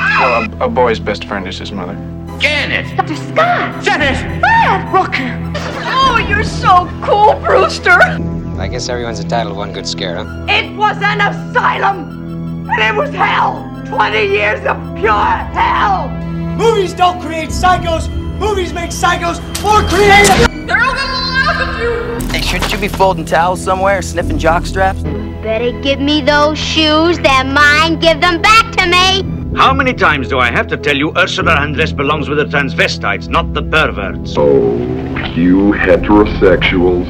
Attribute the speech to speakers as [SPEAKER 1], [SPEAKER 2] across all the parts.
[SPEAKER 1] A boy's best friend is his mother.
[SPEAKER 2] Janet!
[SPEAKER 3] Dr. Scott!
[SPEAKER 2] Janet!
[SPEAKER 3] Fred! Rooker! Oh, you're so cool, Brewster!
[SPEAKER 4] I guess everyone's entitled to one good scare, huh?
[SPEAKER 3] It was an asylum! And it was hell! 20 years of pure hell!
[SPEAKER 5] Movies don't create psychos. Movies make psychos more creative.
[SPEAKER 3] They're all gonna laugh at you!
[SPEAKER 6] Hey, shouldn't you be folding towels somewhere, sniffing jock straps?
[SPEAKER 7] Better give me those shoes. They're mine. Give them back to me.
[SPEAKER 2] How many times do I have to tell you Ursula Andress belongs with the transvestites, not the perverts?
[SPEAKER 8] Oh, you heterosexuals.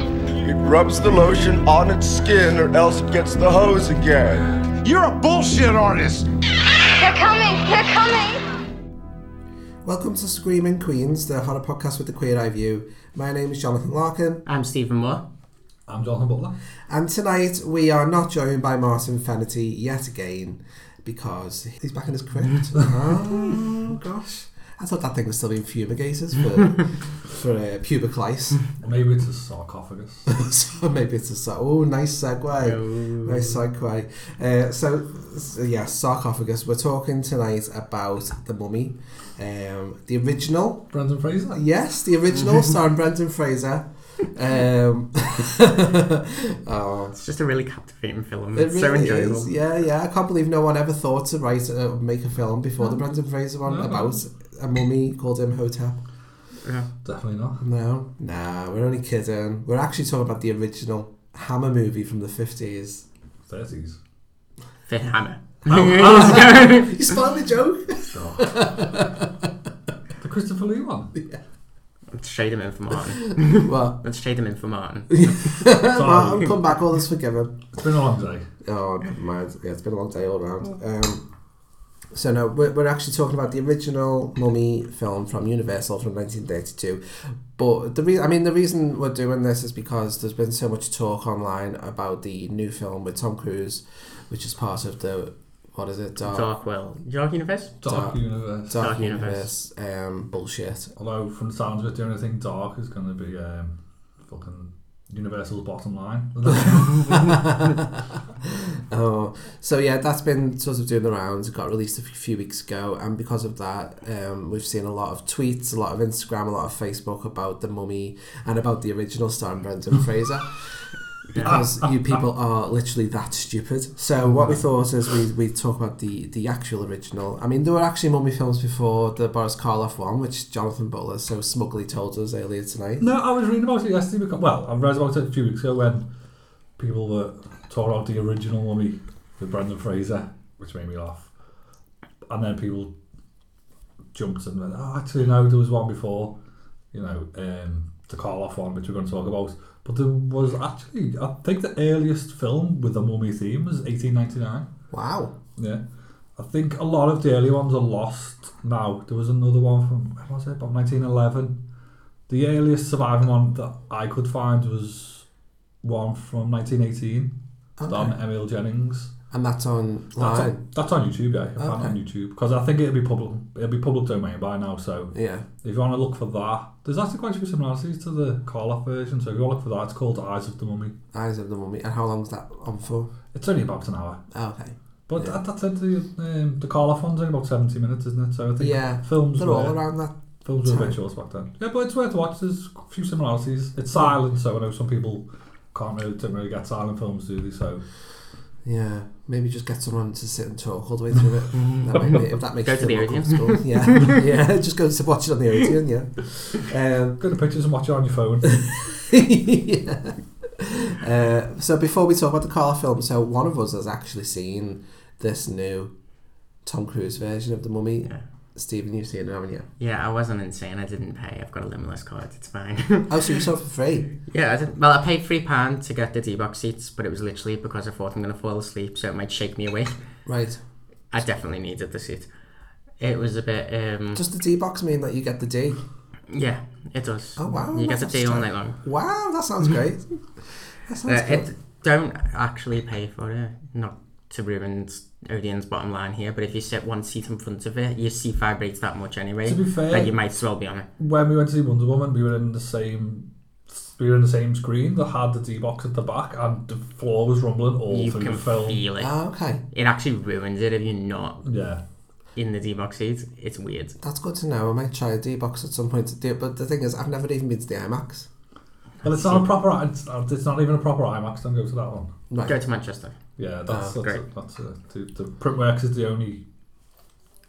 [SPEAKER 9] It rubs the lotion on its skin or else it gets the hose again.
[SPEAKER 10] You're a bullshit artist.
[SPEAKER 7] They're coming. They're coming.
[SPEAKER 11] Welcome to Screaming Queens, the horror podcast with the queer eye view. My name is Jonathan Larkin,
[SPEAKER 12] I'm Stephen Moore.
[SPEAKER 13] I'm Jonathan Butler.
[SPEAKER 11] and tonight we are not joined by Martin Fennerty yet again because he's back in his crypt. oh gosh, I thought that thing was still in fumigators for for uh, pubic lice.
[SPEAKER 13] Maybe it's a sarcophagus.
[SPEAKER 11] so maybe it's a sa- oh nice segue,
[SPEAKER 13] Oh.
[SPEAKER 11] nice segue. Uh, so, so yeah, sarcophagus. We're talking tonight about the mummy, um, the original.
[SPEAKER 13] Brendan Fraser.
[SPEAKER 11] Yes, the original starring Brendan Fraser. Um, oh,
[SPEAKER 12] It's just a really captivating film.
[SPEAKER 11] it
[SPEAKER 12] It's
[SPEAKER 11] really
[SPEAKER 12] so enjoyable.
[SPEAKER 11] is. Yeah, yeah. I can't believe no one ever thought to write uh, make a film before the Brendan Fraser one
[SPEAKER 13] No.
[SPEAKER 11] about a mummy called Imhotep.
[SPEAKER 13] Definitely not.
[SPEAKER 11] No, nah, we're only kidding. We're actually talking about the original Hammer movie from the fifties.
[SPEAKER 13] Thirties. Oh,
[SPEAKER 12] Fifth Hammer.
[SPEAKER 11] You spotted the joke.
[SPEAKER 13] The Christopher Lee one.
[SPEAKER 12] Let's trade him in for Martin.
[SPEAKER 11] Well,
[SPEAKER 12] Let's trade him in for Martin.
[SPEAKER 11] I'll
[SPEAKER 13] Sorry.
[SPEAKER 11] come back. All is forgiven.
[SPEAKER 13] it's been a long day.
[SPEAKER 11] Oh, never mind. Yeah, it's been a long day all round. Um, so no, we're, we're actually talking about the original Mummy film from Universal from 1932. But the reason, I mean, the reason we're doing this is because there's been so much talk online about the new film with Tom Cruise, which is part of the what is it? Dark,
[SPEAKER 12] Dark World. Dark Universe?
[SPEAKER 13] Dark universe.
[SPEAKER 11] Dark
[SPEAKER 12] Dark
[SPEAKER 11] universe. Um, bullshit.
[SPEAKER 13] Although from the sounds of it, the only thing dark is going to be um, fucking Universal's bottom line.
[SPEAKER 11] Oh, so yeah, that's been sort of doing the rounds. It got released a f- few weeks ago, and because of that, um, we've seen a lot of tweets, a lot of Instagram, a lot of Facebook about the mummy and about the original starring Brendan Fraser. Because you people are literally that stupid. So what we thought is we we talk about the the actual original. I mean, there were actually mummy films before the Boris Karloff one, which Jonathan Butler so smugly told us earlier tonight.
[SPEAKER 13] No, I was reading about it yesterday. Because, well, I read about it a few weeks ago when people were talking about the original mummy with Brendan Fraser, which made me laugh. And then people jumped and went, oh, actually, no, there was one before, you know, um, the Karloff one, which we're going to talk about. But there was actually, I think the earliest film with a mummy theme was 1899.
[SPEAKER 11] Wow.
[SPEAKER 13] Yeah. I think a lot of the early ones are lost now. There was another one from, when was it, about 1911. The earliest surviving one that I could find was one from 1918, starring Emil Jennings.
[SPEAKER 11] And that's on
[SPEAKER 13] That's
[SPEAKER 11] line.
[SPEAKER 13] on, that's on YouTube, yeah. I found it on
[SPEAKER 11] Okay.
[SPEAKER 13] YouTube because I think it'll be public. It'll be public domain by now. So
[SPEAKER 11] Yeah.
[SPEAKER 13] if you want to look for that, there's actually quite a few similarities to the Karloff version. So if you want to look for that, it's called Eyes of the Mummy.
[SPEAKER 11] Eyes of the Mummy. And how long's that on for?
[SPEAKER 13] It's only about an hour.
[SPEAKER 11] Oh, okay.
[SPEAKER 13] But that, that's it. The, um, the Karloff one's only about 70 minutes, isn't it? So I think
[SPEAKER 11] Yeah,
[SPEAKER 13] films
[SPEAKER 11] They're
[SPEAKER 13] were,
[SPEAKER 11] all around that.
[SPEAKER 13] Films were a
[SPEAKER 11] Time.
[SPEAKER 13] bit short back then. Yeah, but it's worth watching. There's a few similarities. It's silent, so I know some people can't really, don't really get silent films, do they? So
[SPEAKER 11] Yeah, maybe just get someone to sit and talk all the way through it. That might be, if that makes
[SPEAKER 12] Go
[SPEAKER 11] you
[SPEAKER 12] to the
[SPEAKER 11] feel more
[SPEAKER 12] Odeon.
[SPEAKER 11] comfortable. Yeah, yeah. Just go to watch it on the Odeon. Yeah. Um,
[SPEAKER 13] go to pictures and watch it on your phone.
[SPEAKER 11] yeah. Uh, so before we talk about the car film, so one of us has actually seen this new Tom Cruise version of the Mummy.
[SPEAKER 12] Yeah.
[SPEAKER 11] Stephen, you've seen it, haven't you?
[SPEAKER 12] Yeah, I wasn't insane. I didn't pay. I've got a limitless card. It's fine.
[SPEAKER 11] Oh, so you saw it for free?
[SPEAKER 12] yeah, I didn't, well, I paid three pound to get the D box seats, but it was literally because I thought I'm gonna fall asleep, so it might shake me awake.
[SPEAKER 11] Right.
[SPEAKER 12] I definitely needed the seat. It was a bit. um
[SPEAKER 11] Does the D box mean that you get the D?
[SPEAKER 12] Yeah, it does.
[SPEAKER 11] Oh, wow,
[SPEAKER 12] You get to
[SPEAKER 11] that's
[SPEAKER 12] pay all
[SPEAKER 11] strange.
[SPEAKER 12] night long.
[SPEAKER 11] Wow, that sounds great. That
[SPEAKER 12] Uh,
[SPEAKER 11] sounds good.
[SPEAKER 12] it don't actually pay for it. Not to ruin Odeon's bottom line here, but if you sit one seat in front of it, your seat vibrates that much anyway.
[SPEAKER 13] To be fair-
[SPEAKER 12] that you might as well be on it.
[SPEAKER 13] when we went to see Wonder Woman, we were in the same we were in the same screen that had the D box at the back, and the floor was rumbling all
[SPEAKER 12] you
[SPEAKER 13] through
[SPEAKER 12] can
[SPEAKER 13] the film.
[SPEAKER 12] feel it.
[SPEAKER 11] Ah, okay.
[SPEAKER 12] It actually ruins it if you're not.
[SPEAKER 13] Yeah,
[SPEAKER 12] in the D box seat. It's weird.
[SPEAKER 11] That's good to know. I might try a D box at some point to do it. But the thing is, I've never even been to the IMAX.
[SPEAKER 13] Well, it's not a proper. It's, it's not even a proper IMAX. Don't go to that one.
[SPEAKER 11] Right.
[SPEAKER 12] Go to Manchester.
[SPEAKER 13] Yeah, that's
[SPEAKER 12] Oh.
[SPEAKER 13] that's,
[SPEAKER 12] Great.
[SPEAKER 13] that's, uh, the, the Printworks is the only.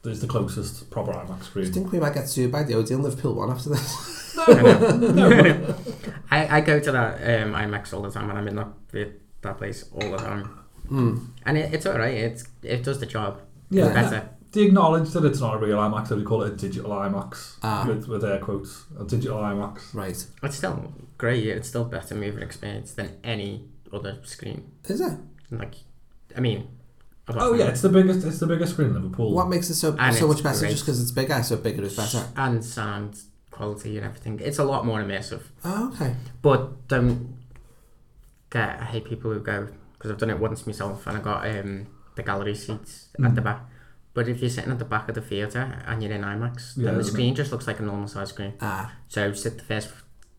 [SPEAKER 13] Is the closest proper IMAX
[SPEAKER 11] I
[SPEAKER 13] screen.
[SPEAKER 11] think we might get sued by the Odeon Liverpool one after this.
[SPEAKER 12] I, know. I, I go to that um, IMAX all the time, and I'm in that the- that place all the time.
[SPEAKER 13] Hmm.
[SPEAKER 12] And it, it's all right. It's it does the job.
[SPEAKER 13] Yeah,
[SPEAKER 12] it's better.
[SPEAKER 13] They acknowledge that it's not a real IMAX, so they call it a digital IMAX
[SPEAKER 11] Ah.
[SPEAKER 13] with, with air quotes. A digital IMAX.
[SPEAKER 11] Right.
[SPEAKER 12] It's still great. It's still better movie experience than any other screen.
[SPEAKER 11] Is it?
[SPEAKER 12] Like, I mean. apart
[SPEAKER 13] Oh
[SPEAKER 12] from-
[SPEAKER 13] yeah, it's the biggest. It's the biggest screen in Liverpool.
[SPEAKER 11] What makes it so
[SPEAKER 12] And
[SPEAKER 11] so
[SPEAKER 12] it's
[SPEAKER 11] much better?
[SPEAKER 12] great.
[SPEAKER 11] Just because it's bigger, so bigger is better.
[SPEAKER 12] and sound quality and everything. It's a lot more immersive.
[SPEAKER 11] Oh, okay.
[SPEAKER 12] But don't get. I hate people who go because I've done it once myself, and I got um, the gallery seats
[SPEAKER 13] Mm.
[SPEAKER 12] at the back. But if you're sitting at the back of the theatre and you're in IMAX,
[SPEAKER 13] Yeah,
[SPEAKER 12] then the
[SPEAKER 13] isn't
[SPEAKER 12] screen just looks like a normal size screen.
[SPEAKER 11] Ah.
[SPEAKER 12] So sit the first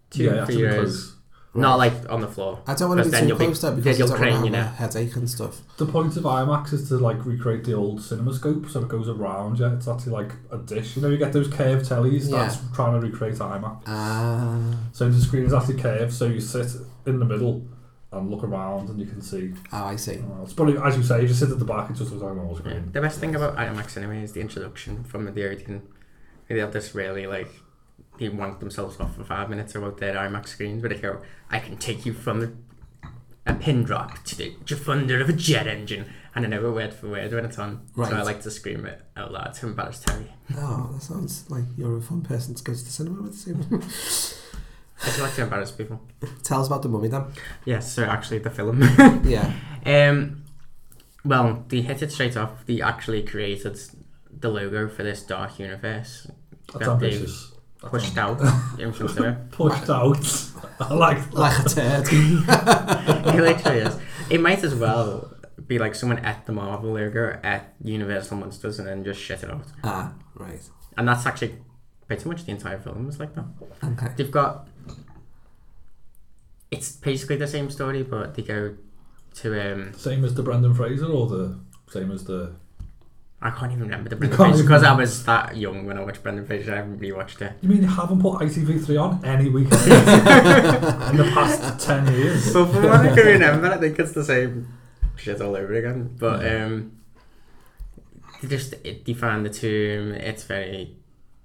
[SPEAKER 12] two,
[SPEAKER 13] Yeah, it has to
[SPEAKER 12] three
[SPEAKER 13] be
[SPEAKER 12] rows,
[SPEAKER 13] close.
[SPEAKER 12] not like on the floor.
[SPEAKER 11] I don't want to
[SPEAKER 12] 'cause
[SPEAKER 11] be
[SPEAKER 12] then
[SPEAKER 11] too
[SPEAKER 12] you'll
[SPEAKER 11] close though because I
[SPEAKER 12] then
[SPEAKER 11] don't
[SPEAKER 12] you'll
[SPEAKER 11] want to
[SPEAKER 12] crane your
[SPEAKER 11] have a
[SPEAKER 12] neck.
[SPEAKER 11] headache and stuff.
[SPEAKER 13] The point of IMAX is to like recreate the old CinemaScope, so it goes around you. It's actually like a dish. You know, you get those curved tellies.
[SPEAKER 11] Yeah.
[SPEAKER 13] That's trying to recreate IMAX.
[SPEAKER 11] Ah,
[SPEAKER 13] So the screen is actually curved, so you sit in the middle and look around, and you can see.
[SPEAKER 11] oh, I see.
[SPEAKER 13] Uh, It's probably as you say, if you sit at the back, it just looks like a normal
[SPEAKER 12] Yeah.
[SPEAKER 13] screen.
[SPEAKER 12] The best thing about IMAX anyway is the introduction from the Odeon. They have this really like they wank themselves off for five minutes about their IMAX screens, but they go, "I can take you from the, a pin drop to the thunder of a jet engine," and I know it word for word when it's on. So I
[SPEAKER 11] Right.
[SPEAKER 12] like to scream it out loud to embarrass Terry.
[SPEAKER 11] Oh, that sounds like you're a fun person to go to the cinema with. Stephen.
[SPEAKER 12] I do like to embarrass people.
[SPEAKER 11] Tell us about the mummy then.
[SPEAKER 12] Yes, so actually the film.
[SPEAKER 11] Yeah.
[SPEAKER 12] Um, well, they hit it straight off. They actually created the logo for this dark universe
[SPEAKER 13] That's
[SPEAKER 12] that they
[SPEAKER 13] ambitious. That's
[SPEAKER 12] pushed out in front of it.
[SPEAKER 13] Pushed out. I like that.
[SPEAKER 11] Like a turd.
[SPEAKER 12] It literally is. It might as well be like someone at the Marvel logo at Universal Monsters and then just shit it out.
[SPEAKER 11] ah, right.
[SPEAKER 12] And that's actually pretty much the entire film is like that.
[SPEAKER 11] Okay.
[SPEAKER 12] They've got. It's basically the same story, but they go to um.
[SPEAKER 13] Same as the Brendan Fraser, or the same as the
[SPEAKER 12] I can't even remember the Brendan
[SPEAKER 13] can't
[SPEAKER 12] Fraser
[SPEAKER 13] even-
[SPEAKER 12] because I was that young when I watched Brendan Fraser. I haven't rewatched it.
[SPEAKER 13] You mean you haven't put ITV3 on any weekend in the past 10 years?
[SPEAKER 12] But from what I can remember, I think it's the same shit all over again. But um, they just it, they find the tomb. It's very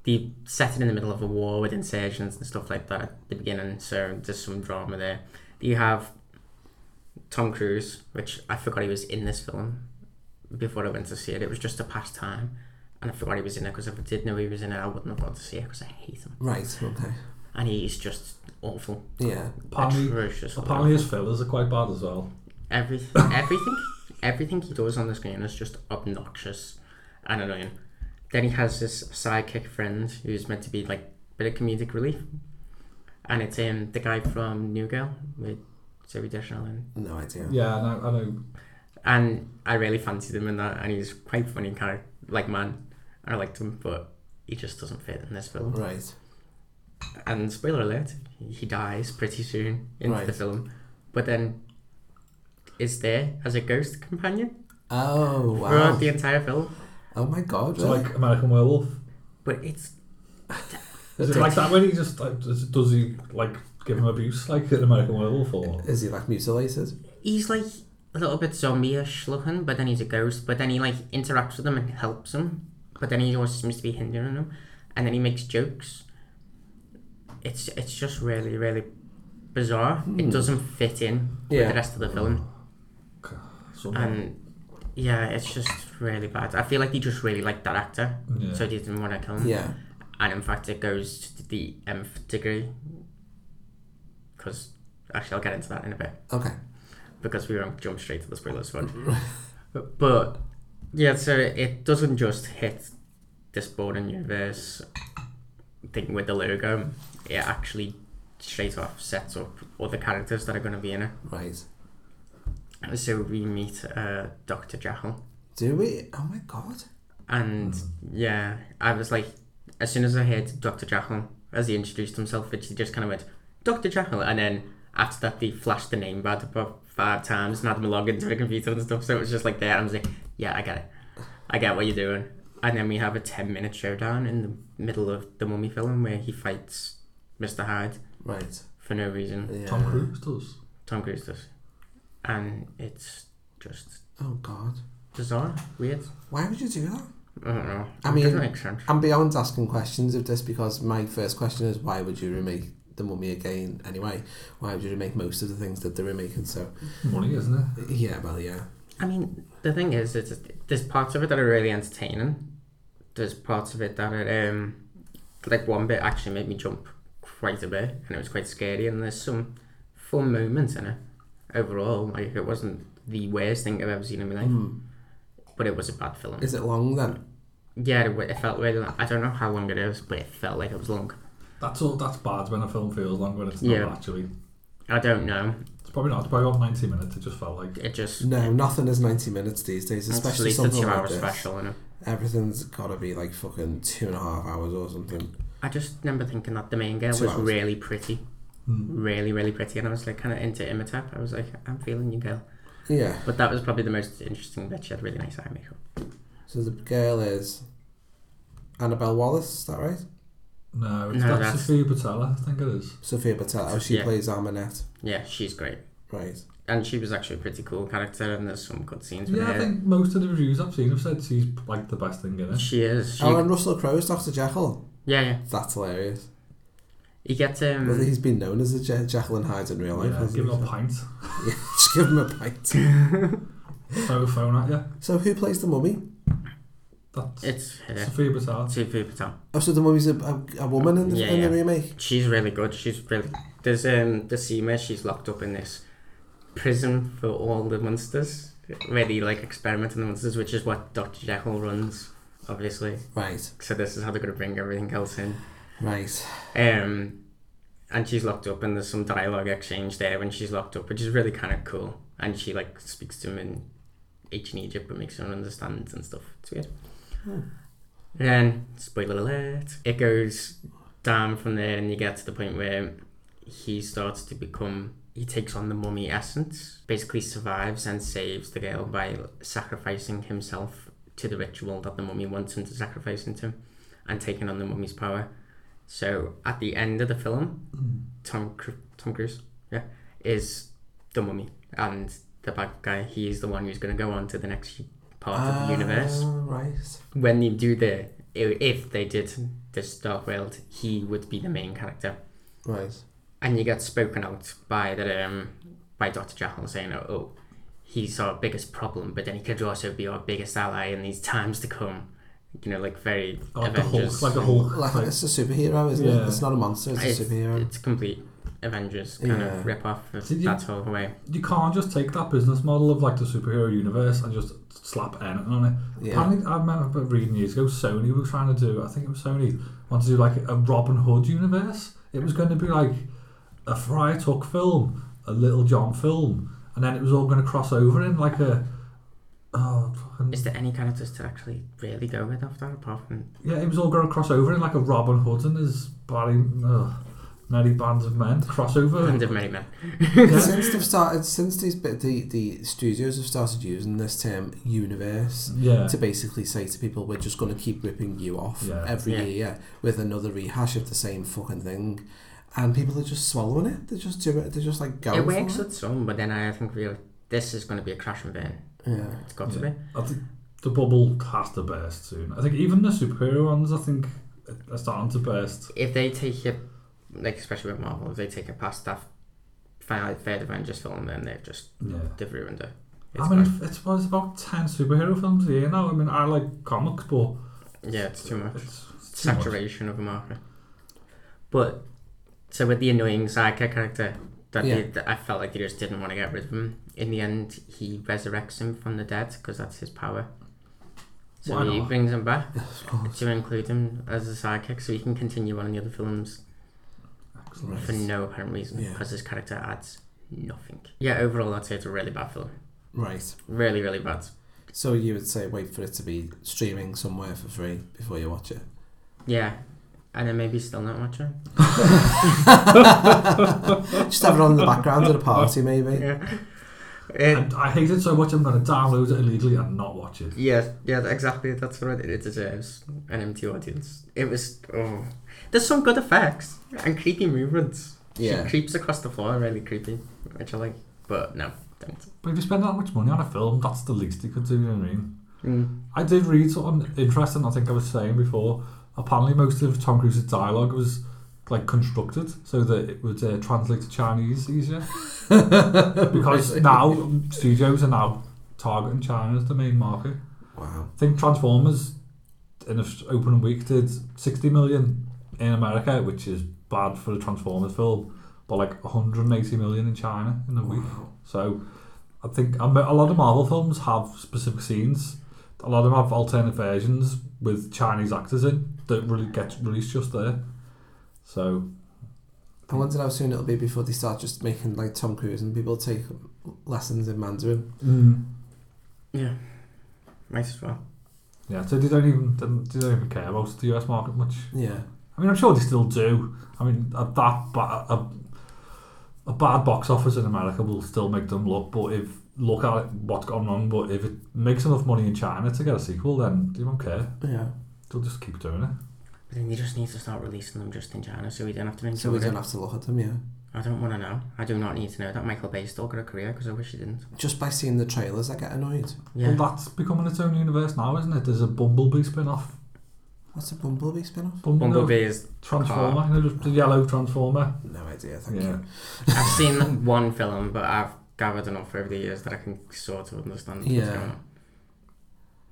[SPEAKER 12] they set it in the middle of a war with insurgents and stuff like that at the beginning. So there's some drama there. You have Tom Cruise, which I forgot he was in this film before I went to see it. It was just a pastime. And I forgot he was in it because if I did know he was in it, I wouldn't have gone to see it because I hate him.
[SPEAKER 11] Right. Okay.
[SPEAKER 12] And he's just awful.
[SPEAKER 11] Yeah.
[SPEAKER 13] Apparently,
[SPEAKER 12] Atrocious.
[SPEAKER 13] apparently his fillers are quite bad as well.
[SPEAKER 12] Every, everything, everything he does on the screen is just obnoxious and annoying. Then he has this sidekick friend who's meant to be like a bit of comedic relief, and it's um the guy from New Girl with Zoe Deschanel in.
[SPEAKER 11] No idea.
[SPEAKER 13] Yeah, I know. I know.
[SPEAKER 12] And I really fancied him in that, and he's quite funny kind of like man. I liked him, but he just doesn't fit in this film.
[SPEAKER 11] Right.
[SPEAKER 12] And spoiler alert, he dies pretty soon in
[SPEAKER 11] Right.
[SPEAKER 12] the film, but then is there as a ghost companion.
[SPEAKER 11] Oh
[SPEAKER 12] throughout
[SPEAKER 11] wow.
[SPEAKER 12] the entire film.
[SPEAKER 11] Oh my god.
[SPEAKER 13] It's
[SPEAKER 11] really?
[SPEAKER 13] like American Werewolf.
[SPEAKER 12] But it's
[SPEAKER 13] Is it like that when he just, like, does, does he, like, give him abuse like in American Werewolf? Or
[SPEAKER 11] Is he like mutilated?
[SPEAKER 12] he's like a little bit zombie-ish looking, but then he's a ghost. But then he like interacts with them and helps them. But then he always seems to be hindering them, and then he makes jokes. It's it's just really really bizarre. It doesn't fit in with
[SPEAKER 11] Hmm. Yeah.
[SPEAKER 12] the rest of the film,
[SPEAKER 13] something?
[SPEAKER 12] and yeah, it's just really bad. I feel like he just really liked that actor,
[SPEAKER 13] Yeah.
[SPEAKER 12] so he didn't want to kill him.
[SPEAKER 11] Yeah.
[SPEAKER 12] and in fact it goes to the nth degree because actually i'll get into that in a bit
[SPEAKER 11] Okay.
[SPEAKER 12] because we won't jump straight to the spoilers one but yeah so it doesn't just hit this boring universe thing with the logo it actually straight off sets up all the characters that are going to be in it
[SPEAKER 11] Right.
[SPEAKER 12] so we meet uh, dr jekyll
[SPEAKER 11] Do we? Oh my god.
[SPEAKER 12] And
[SPEAKER 11] Mm.
[SPEAKER 12] yeah, I was like, as soon as I heard Dr. Jekyll, as he introduced himself, which he just kind of went, Dr. Jekyll. And then after that, they flashed the name back about five times and had me log into the computer and stuff. So it was just like there. I was like, yeah, I get it. I get what you're doing. and then we have a ten minute showdown in the middle of the Mummy film where he fights Mr. Hyde.
[SPEAKER 11] Right.
[SPEAKER 12] For no reason.
[SPEAKER 13] Tom Yeah. Cruise does.
[SPEAKER 12] Tom Cruise does, and it's just
[SPEAKER 11] Oh God.
[SPEAKER 12] bizarre, weird.
[SPEAKER 11] Why would you do that?
[SPEAKER 12] I don't know.
[SPEAKER 11] I
[SPEAKER 12] It doesn't
[SPEAKER 11] mean,
[SPEAKER 12] make sense.
[SPEAKER 11] I'm beyond asking questions of this because my first question is why would you remake the mummy again anyway? Why would you remake most of the things that they're remaking? So
[SPEAKER 13] Money, isn't it?
[SPEAKER 11] Yeah, well, yeah.
[SPEAKER 12] I mean, the thing is, it's there's parts of it that are really entertaining. There's parts of it that are um, like one bit actually made me jump quite a bit, and it was quite scary. And there's some fun moments in it. Overall, like it wasn't the worst thing I've ever seen in my life,
[SPEAKER 11] Mm.
[SPEAKER 12] but it was a bad film.
[SPEAKER 11] Is it long then?
[SPEAKER 12] Yeah, it, wa- it felt really. Long. I don't know how long it is, but it felt like it was long.
[SPEAKER 13] That's all. That's bad when a film feels long when it's
[SPEAKER 12] Yeah.
[SPEAKER 13] not actually.
[SPEAKER 12] I don't know.
[SPEAKER 13] It's probably not. It's probably about ninety minutes. It just felt like
[SPEAKER 12] it just.
[SPEAKER 11] No, nothing is 90 minutes these days,
[SPEAKER 13] That's
[SPEAKER 11] especially
[SPEAKER 13] at least a
[SPEAKER 11] something
[SPEAKER 13] two-hour
[SPEAKER 11] like this.
[SPEAKER 12] special, innit?
[SPEAKER 11] Everything's got to be like fucking two and a half hours or something.
[SPEAKER 12] I just remember thinking that the main girl
[SPEAKER 11] Two
[SPEAKER 12] was
[SPEAKER 11] hours.
[SPEAKER 12] really pretty,
[SPEAKER 11] Hmm.
[SPEAKER 12] really, really pretty, and I was like kind of into Imhotep. I was like, I'm feeling you, girl.
[SPEAKER 11] Yeah.
[SPEAKER 12] But that was probably the most interesting bit. She had really nice eye makeup.
[SPEAKER 11] So the girl is Annabelle Wallace, is that right?
[SPEAKER 13] no. It's,
[SPEAKER 12] No,
[SPEAKER 13] that's,
[SPEAKER 12] that's-
[SPEAKER 13] Sophia Patella. I think it is.
[SPEAKER 11] Sophia Patel. Oh, she
[SPEAKER 12] Yeah.
[SPEAKER 11] plays Almanette.
[SPEAKER 12] Yeah, she's great.
[SPEAKER 11] Right.
[SPEAKER 12] And she was actually a pretty cool character, and there's some good scenes with
[SPEAKER 13] Yeah,
[SPEAKER 12] her.
[SPEAKER 13] I think most of the reviews I've seen have said she's like the best thing in it.
[SPEAKER 12] She is. She-
[SPEAKER 11] Oh, and Russell Crowe's Dr. Jekyll.
[SPEAKER 12] Yeah, yeah.
[SPEAKER 11] That's hilarious.
[SPEAKER 12] He gets um.
[SPEAKER 11] Well, he's been known as a Je- Jekyll and Hyde in real life.
[SPEAKER 13] Yeah,
[SPEAKER 11] hasn't
[SPEAKER 13] give
[SPEAKER 11] he?
[SPEAKER 13] him a pint.
[SPEAKER 11] yeah, just give him a pint.
[SPEAKER 13] Throw a phone at you.
[SPEAKER 11] so who plays the mummy?
[SPEAKER 13] That's
[SPEAKER 12] it's her.
[SPEAKER 13] Sophia Patel.
[SPEAKER 12] Sophia Patel.
[SPEAKER 11] Oh, so the mummy's a, a, a woman in, the
[SPEAKER 12] Yeah,
[SPEAKER 11] in
[SPEAKER 12] yeah.
[SPEAKER 11] the remake?
[SPEAKER 12] She's really good. She's really. There's um the scene where she's locked up in this prison for all the monsters. Really like experimenting the monsters, which is what Doctor Jekyll runs, obviously.
[SPEAKER 11] Right.
[SPEAKER 12] So this is how they're gonna bring everything else in.
[SPEAKER 11] Right.
[SPEAKER 12] Um, and she's locked up, and there's some dialogue exchange there when she's locked up, which is really kind of cool. And she like speaks to him in ancient Egypt, but makes him understand and stuff. It's weird.
[SPEAKER 13] Hmm.
[SPEAKER 12] Then, spoiler alert, it goes down from there, and you get to the point where he starts to become. He takes on the mummy essence, basically survives and saves the girl by sacrificing himself to the ritual that the mummy wants him to sacrifice into, and taking on the mummy's power. So at the end of the film, Tom Cru- Tom Cruise, yeah, is the mummy, and the bad guy. He's the one who's going to go on to the next part of the universe
[SPEAKER 11] Ah, right.
[SPEAKER 12] when they do the i- if they did this Dark World, he would be the main character.
[SPEAKER 11] Right.
[SPEAKER 12] And you get spoken out by the um, by Doctor Jekyll saying, "Oh, oh, he's our biggest problem, but then he could also be our biggest ally in these times to come." You know, like very
[SPEAKER 13] Like the Hulk,
[SPEAKER 12] Avengers.
[SPEAKER 13] like a Hulk.
[SPEAKER 11] Like, it's a superhero, isn't
[SPEAKER 13] Yeah.
[SPEAKER 11] it? It's not a monster, it's,
[SPEAKER 12] It's,
[SPEAKER 11] a superhero.
[SPEAKER 12] it's complete Avengers kind
[SPEAKER 11] Yeah.
[SPEAKER 12] of rip off of
[SPEAKER 13] Did you-
[SPEAKER 12] that whole way.
[SPEAKER 13] You can't just take that business model of like the superhero universe and just slap anything on it.
[SPEAKER 11] Yeah.
[SPEAKER 13] Apparently, I remember reading years ago, Sony were trying to do. I think it was Sony wanted to do like a Robin Hood universe. It was going to be like a Friar Tuck film, a Little John film, and then it was all going to cross over in like a. Oh, fucking-
[SPEAKER 12] Is there any characters to actually really go with after that apart from
[SPEAKER 13] yeah, it was all going to cross over in like a Robin Hood and his Barry, uh, merry bands of men crossover.
[SPEAKER 12] Band of Merry Men?
[SPEAKER 11] since they've started, since these bit the the studios have started using this term universe
[SPEAKER 13] Yeah.
[SPEAKER 11] to basically say to people, we're just going to keep ripping you off
[SPEAKER 13] Yeah.
[SPEAKER 11] every
[SPEAKER 12] Yeah.
[SPEAKER 11] year with another rehash of the same fucking thing, and people are just swallowing it. They're just doing it. They're just like going
[SPEAKER 12] it works
[SPEAKER 11] for it.
[SPEAKER 12] with some, but then I think we this is going to be a crash and burn.
[SPEAKER 11] Yeah.
[SPEAKER 12] It's got to
[SPEAKER 13] Yeah.
[SPEAKER 12] be.
[SPEAKER 13] I think the bubble has to burst soon. I think even the superhero ones, I think, are starting to burst.
[SPEAKER 12] If they take it, like especially with Marvel, if they take it past that final third Avengers film, then they've just
[SPEAKER 13] Yeah.
[SPEAKER 12] they've ruined it.
[SPEAKER 13] I
[SPEAKER 12] It's
[SPEAKER 13] mean,
[SPEAKER 12] gone.
[SPEAKER 13] if it's, well, it's about 10 superhero films a year now. I mean, I like comics, but
[SPEAKER 12] yeah, it's too much
[SPEAKER 13] it's, it's too much.
[SPEAKER 12] saturation of a market. But so with the annoying sidekick character that,
[SPEAKER 11] Yeah.
[SPEAKER 12] they, that I felt like they just didn't want to get rid of him. In the end, he resurrects him from the dead because that's his power. So
[SPEAKER 13] Why
[SPEAKER 12] he
[SPEAKER 13] not?
[SPEAKER 12] brings him back
[SPEAKER 11] Of course.
[SPEAKER 12] to include him as a sidekick, so he can continue on in the other films.
[SPEAKER 13] Excellent.
[SPEAKER 12] for no apparent reason
[SPEAKER 11] Yeah.
[SPEAKER 12] because his character adds nothing. Yeah, overall, I'd say it's a really bad film.
[SPEAKER 11] Right.
[SPEAKER 12] Really, really bad.
[SPEAKER 11] So you would say wait for it to be streaming somewhere for free before you watch it.
[SPEAKER 12] Yeah, and then maybe still not watching.
[SPEAKER 11] just have it on in the background at a party, maybe.
[SPEAKER 12] Yeah.
[SPEAKER 13] And I hate it so much. I'm going to download it illegally and not watch it.
[SPEAKER 12] Yeah, yeah, exactly. That's what it deserves. An empty audience. It was. Oh, there's some good effects and creepy movements.
[SPEAKER 13] Yeah.
[SPEAKER 12] She creeps across the floor, really creepy, which I like. But no, don't.
[SPEAKER 13] But if you spend that much money on a film, that's the least you could do. You know what I mean?
[SPEAKER 11] Hmm.
[SPEAKER 12] Mm.
[SPEAKER 13] I did read something interesting. I think I was saying before. Apparently, most of Tom Cruise's dialogue was like constructed so that it would uh, translate to Chinese easier. because
[SPEAKER 11] Really?
[SPEAKER 13] now studios are now targeting China as the main market.
[SPEAKER 11] Wow.
[SPEAKER 13] I think Transformers in an opening week did 60 million in America, which is bad for a Transformers film, but like 180 million in China in a week. So I think a mo- a lot of Marvel films have specific scenes. A lot of them have alternate versions with Chinese actors in that really get released just there. So
[SPEAKER 11] I wonder how soon it'll be before they start just making like Tom Cruise and people take lessons in Mandarin.
[SPEAKER 13] Mm.
[SPEAKER 12] Yeah. Might as well.
[SPEAKER 13] Yeah, so they don't even they don't even care about the US market much.
[SPEAKER 11] Yeah.
[SPEAKER 13] I mean, I'm sure they still do. I mean, a, that ba- a, a bad box office in America will still make them look. But if look at it, what's gone wrong, but if it makes enough money in China to get a sequel, then they won't care.
[SPEAKER 11] Yeah.
[SPEAKER 13] they'll just keep doing it.
[SPEAKER 12] But then you just need to start releasing them just in China so we don't have to think
[SPEAKER 11] So we don't have to look at them, yeah.
[SPEAKER 12] I don't want to know. I do not need to know that Michael Bay's still got a career because I wish he didn't.
[SPEAKER 11] Just by seeing the trailers, I get annoyed.
[SPEAKER 13] Well, that's becoming its own universe now, isn't it? There's a Bumblebee spin off.
[SPEAKER 11] What's a Bumblebee spin off?
[SPEAKER 12] Bumblebee is
[SPEAKER 13] Transformer, you know, just the yellow Transformer.
[SPEAKER 11] No idea,
[SPEAKER 13] thank yeah. you.
[SPEAKER 12] I've seen one film, but I've gathered enough over the years that I can sort of understand what's
[SPEAKER 13] Yeah.
[SPEAKER 12] going on.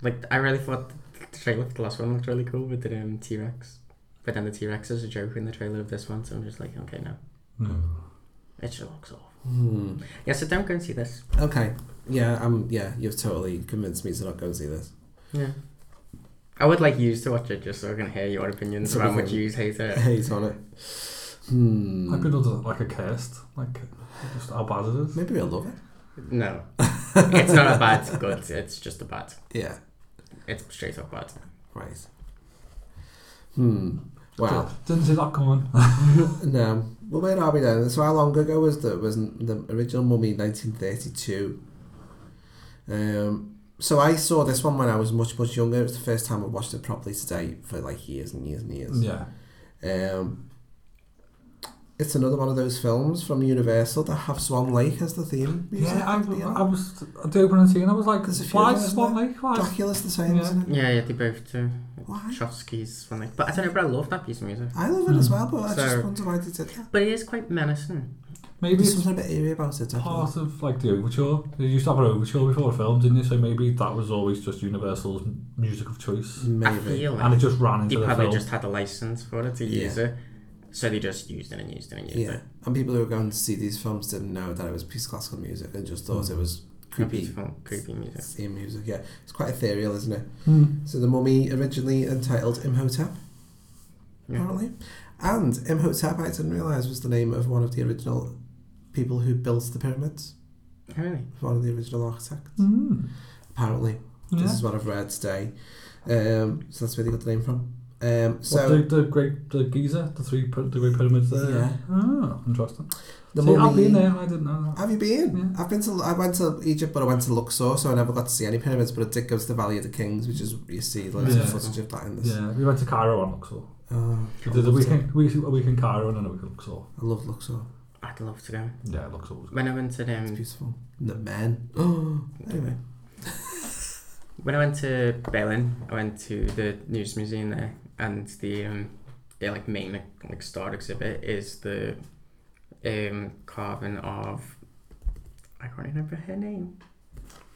[SPEAKER 12] Like, I really thought the trailer for the last one looked really cool with the um, T Rex. But then the T Rex is a joke in the trailer of this one, so I'm just like, okay, no.
[SPEAKER 13] No.
[SPEAKER 12] It just looks awful.
[SPEAKER 11] Hmm.
[SPEAKER 12] Yeah, so don't go and see this.
[SPEAKER 11] Okay. Yeah, um yeah, you've totally convinced me to not go and see this.
[SPEAKER 12] Yeah. I would like you to watch it just so I can hear your opinions
[SPEAKER 11] So we
[SPEAKER 12] about what
[SPEAKER 11] can
[SPEAKER 12] you hate it.
[SPEAKER 11] hate on it. Hmm.
[SPEAKER 13] I've been under like a cursed, like just how bad it is.
[SPEAKER 11] Maybe I love it.
[SPEAKER 12] No. it's not a bad good, it's just a bad.
[SPEAKER 11] Yeah.
[SPEAKER 12] It's straight up bad.
[SPEAKER 11] Right. Hmm. Wow.
[SPEAKER 13] Didn't see that coming.
[SPEAKER 11] no. Well, where are we then? So how long ago was the was the original Mummy? Nineteen thirty-two. Um. So I saw this one when I was much much younger. It was the first time I watched it properly today for like years and years and years.
[SPEAKER 13] Yeah.
[SPEAKER 11] Um. It's another one of those films from Universal that have Swan Lake as the theme. music.
[SPEAKER 13] Yeah, I, I was at the opening scene. I was like,
[SPEAKER 11] There's a few
[SPEAKER 13] why
[SPEAKER 11] of them,
[SPEAKER 13] is
[SPEAKER 11] isn't
[SPEAKER 13] one
[SPEAKER 11] there?
[SPEAKER 13] like why?
[SPEAKER 11] Dracula's the same,
[SPEAKER 13] Yeah.
[SPEAKER 11] isn't it?
[SPEAKER 12] Yeah, yeah, they both do.
[SPEAKER 11] Why?
[SPEAKER 12] Chomsky's one like, but I don't know, but I love that piece of music.
[SPEAKER 11] I love it as well, but I
[SPEAKER 12] So-
[SPEAKER 11] just wonder why they did that.
[SPEAKER 12] But it is quite menacing.
[SPEAKER 13] Maybe
[SPEAKER 11] There's
[SPEAKER 13] it's
[SPEAKER 11] something a bit eerie about it. definitely.
[SPEAKER 13] part of like the overture. You used to have an overture before a film, didn't you? So maybe that was always just Universal's m- music of choice.
[SPEAKER 11] Mm.
[SPEAKER 12] I feel like
[SPEAKER 13] and it just ran into
[SPEAKER 12] They
[SPEAKER 13] the
[SPEAKER 12] probably
[SPEAKER 13] film.
[SPEAKER 12] just had a license for it to
[SPEAKER 11] Yeah.
[SPEAKER 12] use it, so they just used it and used it and used
[SPEAKER 11] Yeah,
[SPEAKER 12] it.
[SPEAKER 11] and people who were going to see these films didn't know that it was piece of classical music and just thought it was creepy,
[SPEAKER 12] beautiful, creepy music.
[SPEAKER 11] Theme music, yeah, it's quite ethereal, isn't it?
[SPEAKER 13] Hmm.
[SPEAKER 11] So the mummy originally entitled Imhotep, apparently, and Imhotep I didn't realize was the name of one of the original people who built the pyramids.
[SPEAKER 12] Really?
[SPEAKER 11] One of the original architects,
[SPEAKER 13] Mm.
[SPEAKER 11] apparently.
[SPEAKER 13] Yeah.
[SPEAKER 11] This is what I've read today. Um, so that's where they got the name from. Um, so
[SPEAKER 13] what, the, the great the Giza, the three py- the great pyramids there.
[SPEAKER 11] Yeah.
[SPEAKER 13] Oh, interesting.
[SPEAKER 11] The
[SPEAKER 13] See, I've
[SPEAKER 11] mummy-
[SPEAKER 13] been there. I didn't know that.
[SPEAKER 11] Have you been? I've been to. I went to Egypt, but I went to Luxor, so I never got to see any pyramids. But I did go to the Valley of the Kings, which is you see loads
[SPEAKER 13] Yeah.
[SPEAKER 11] of footage of that in this.
[SPEAKER 13] Yeah, we went to Cairo and Luxor.
[SPEAKER 11] Oh,
[SPEAKER 13] we did a week in, week, a week in Cairo and then a week in Luxor.
[SPEAKER 11] I love Luxor.
[SPEAKER 12] I'd love to go.
[SPEAKER 13] Yeah, it looks always
[SPEAKER 12] When I went to um, them, it's
[SPEAKER 11] beautiful. The men. Oh, anyway.
[SPEAKER 12] When I went to Berlin, I went to the news museum there, and the um, their like main like star exhibit is the um carving of I can't remember her name.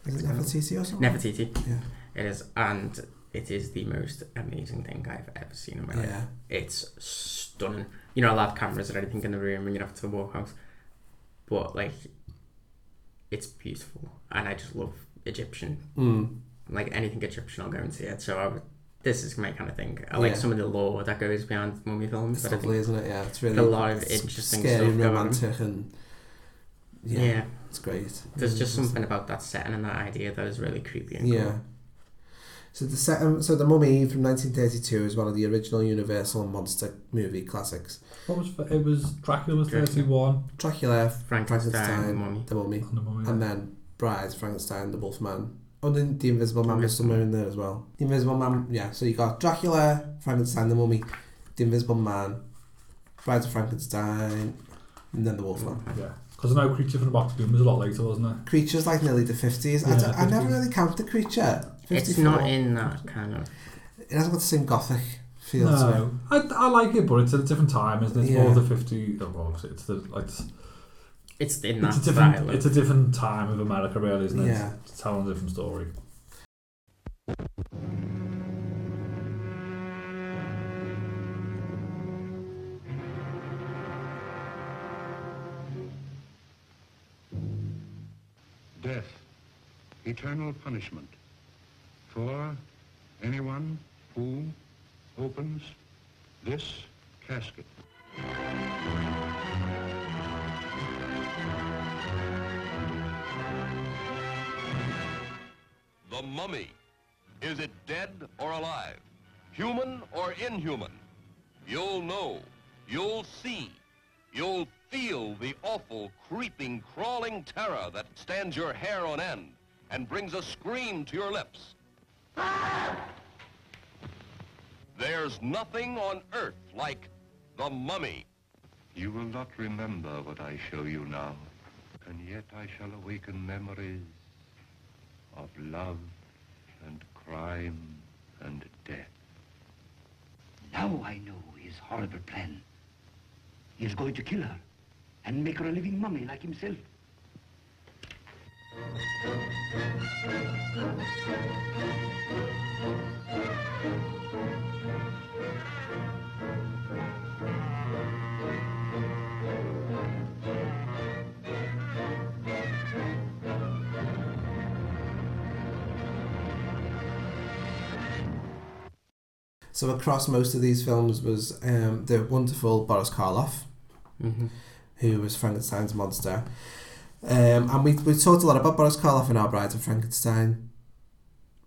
[SPEAKER 11] Is it Nefertiti or something?
[SPEAKER 12] Nefertiti.
[SPEAKER 11] Yeah.
[SPEAKER 12] It is, and it is the most amazing thing I've ever seen in my life.
[SPEAKER 11] Yeah.
[SPEAKER 12] It's stunning. You know, I'll have cameras and everything in the room, and you would have to walk out, but like, it's beautiful, and I just love Egyptian.
[SPEAKER 11] Mm.
[SPEAKER 12] Like anything Egyptian, I'll go and see it. So I would. This is my kind of thing. I like
[SPEAKER 11] Yeah.
[SPEAKER 12] some of the lore that goes behind mummy films.
[SPEAKER 11] It's
[SPEAKER 12] but I
[SPEAKER 11] lovely,
[SPEAKER 12] think
[SPEAKER 11] isn't it? Yeah, it's really
[SPEAKER 12] a lot of
[SPEAKER 11] it's
[SPEAKER 12] interesting
[SPEAKER 11] scary,
[SPEAKER 12] stuff. going on.
[SPEAKER 11] romantic, and yeah,
[SPEAKER 12] Yeah.
[SPEAKER 11] it's great.
[SPEAKER 12] There's
[SPEAKER 11] Really
[SPEAKER 12] just
[SPEAKER 11] interesting.
[SPEAKER 12] something about that setting and that idea that is really creepy. And
[SPEAKER 11] Yeah. So the set, um, so the Mummy from 1932 is one of the original Universal monster movie classics.
[SPEAKER 13] What was it? Was Dracula
[SPEAKER 12] Dracula.
[SPEAKER 13] thirty one?
[SPEAKER 11] Dracula,
[SPEAKER 12] Frankenstein,
[SPEAKER 11] Frankenstein,
[SPEAKER 12] Mummy.
[SPEAKER 11] the Mummy,
[SPEAKER 13] And the Mummy,
[SPEAKER 11] and then Bride, Frankenstein, the Wolfman. Oh, the, the Invisible Man was somewhere in there as well. The Invisible Man, yeah. So you got Dracula, Frankenstein, the Mummy, the Invisible Man, Bride of Frankenstein, and then the Wolfman.
[SPEAKER 12] Mm.
[SPEAKER 13] Yeah. Because I know Creature from the Box of Doom was a lot later, wasn't it?
[SPEAKER 11] Creatures like nearly the 50s. I
[SPEAKER 13] Yeah,
[SPEAKER 11] d- I, never
[SPEAKER 13] 50s.
[SPEAKER 11] really count the creature.
[SPEAKER 12] It's
[SPEAKER 11] 54.
[SPEAKER 12] not in that kind of.
[SPEAKER 11] It hasn't got the same gothic feel to it.
[SPEAKER 13] No, I, I like it, but it's at a different time, isn't it? It's more
[SPEAKER 11] Yeah.
[SPEAKER 13] the 50... oh, Well, obviously, it's the... Like, it's,
[SPEAKER 12] It's in that
[SPEAKER 13] it's a
[SPEAKER 12] style.
[SPEAKER 13] different, it's a different time of America, really, isn't it?
[SPEAKER 11] Yeah.
[SPEAKER 13] It's telling a different story.
[SPEAKER 10] Death, eternal punishment for anyone who opens this casket.
[SPEAKER 1] The mummy. Is it dead or alive? Human or inhuman? You'll know. You'll see. You'll feel the awful, creeping, crawling terror that stands your hair on end and brings a scream to your lips. There's nothing on earth like the mummy.
[SPEAKER 10] You will not remember what I show you now, and yet I shall awaken memories of love and crime and death.
[SPEAKER 14] Now I know his horrible plan. He's going to kill her and make her a living mummy like himself.
[SPEAKER 11] So across most of these films was um, the wonderful Boris Karloff,
[SPEAKER 12] Mhm.
[SPEAKER 11] who was Frankenstein's monster. Um, and we, we talked a lot about Boris Karloff in our Brides of Frankenstein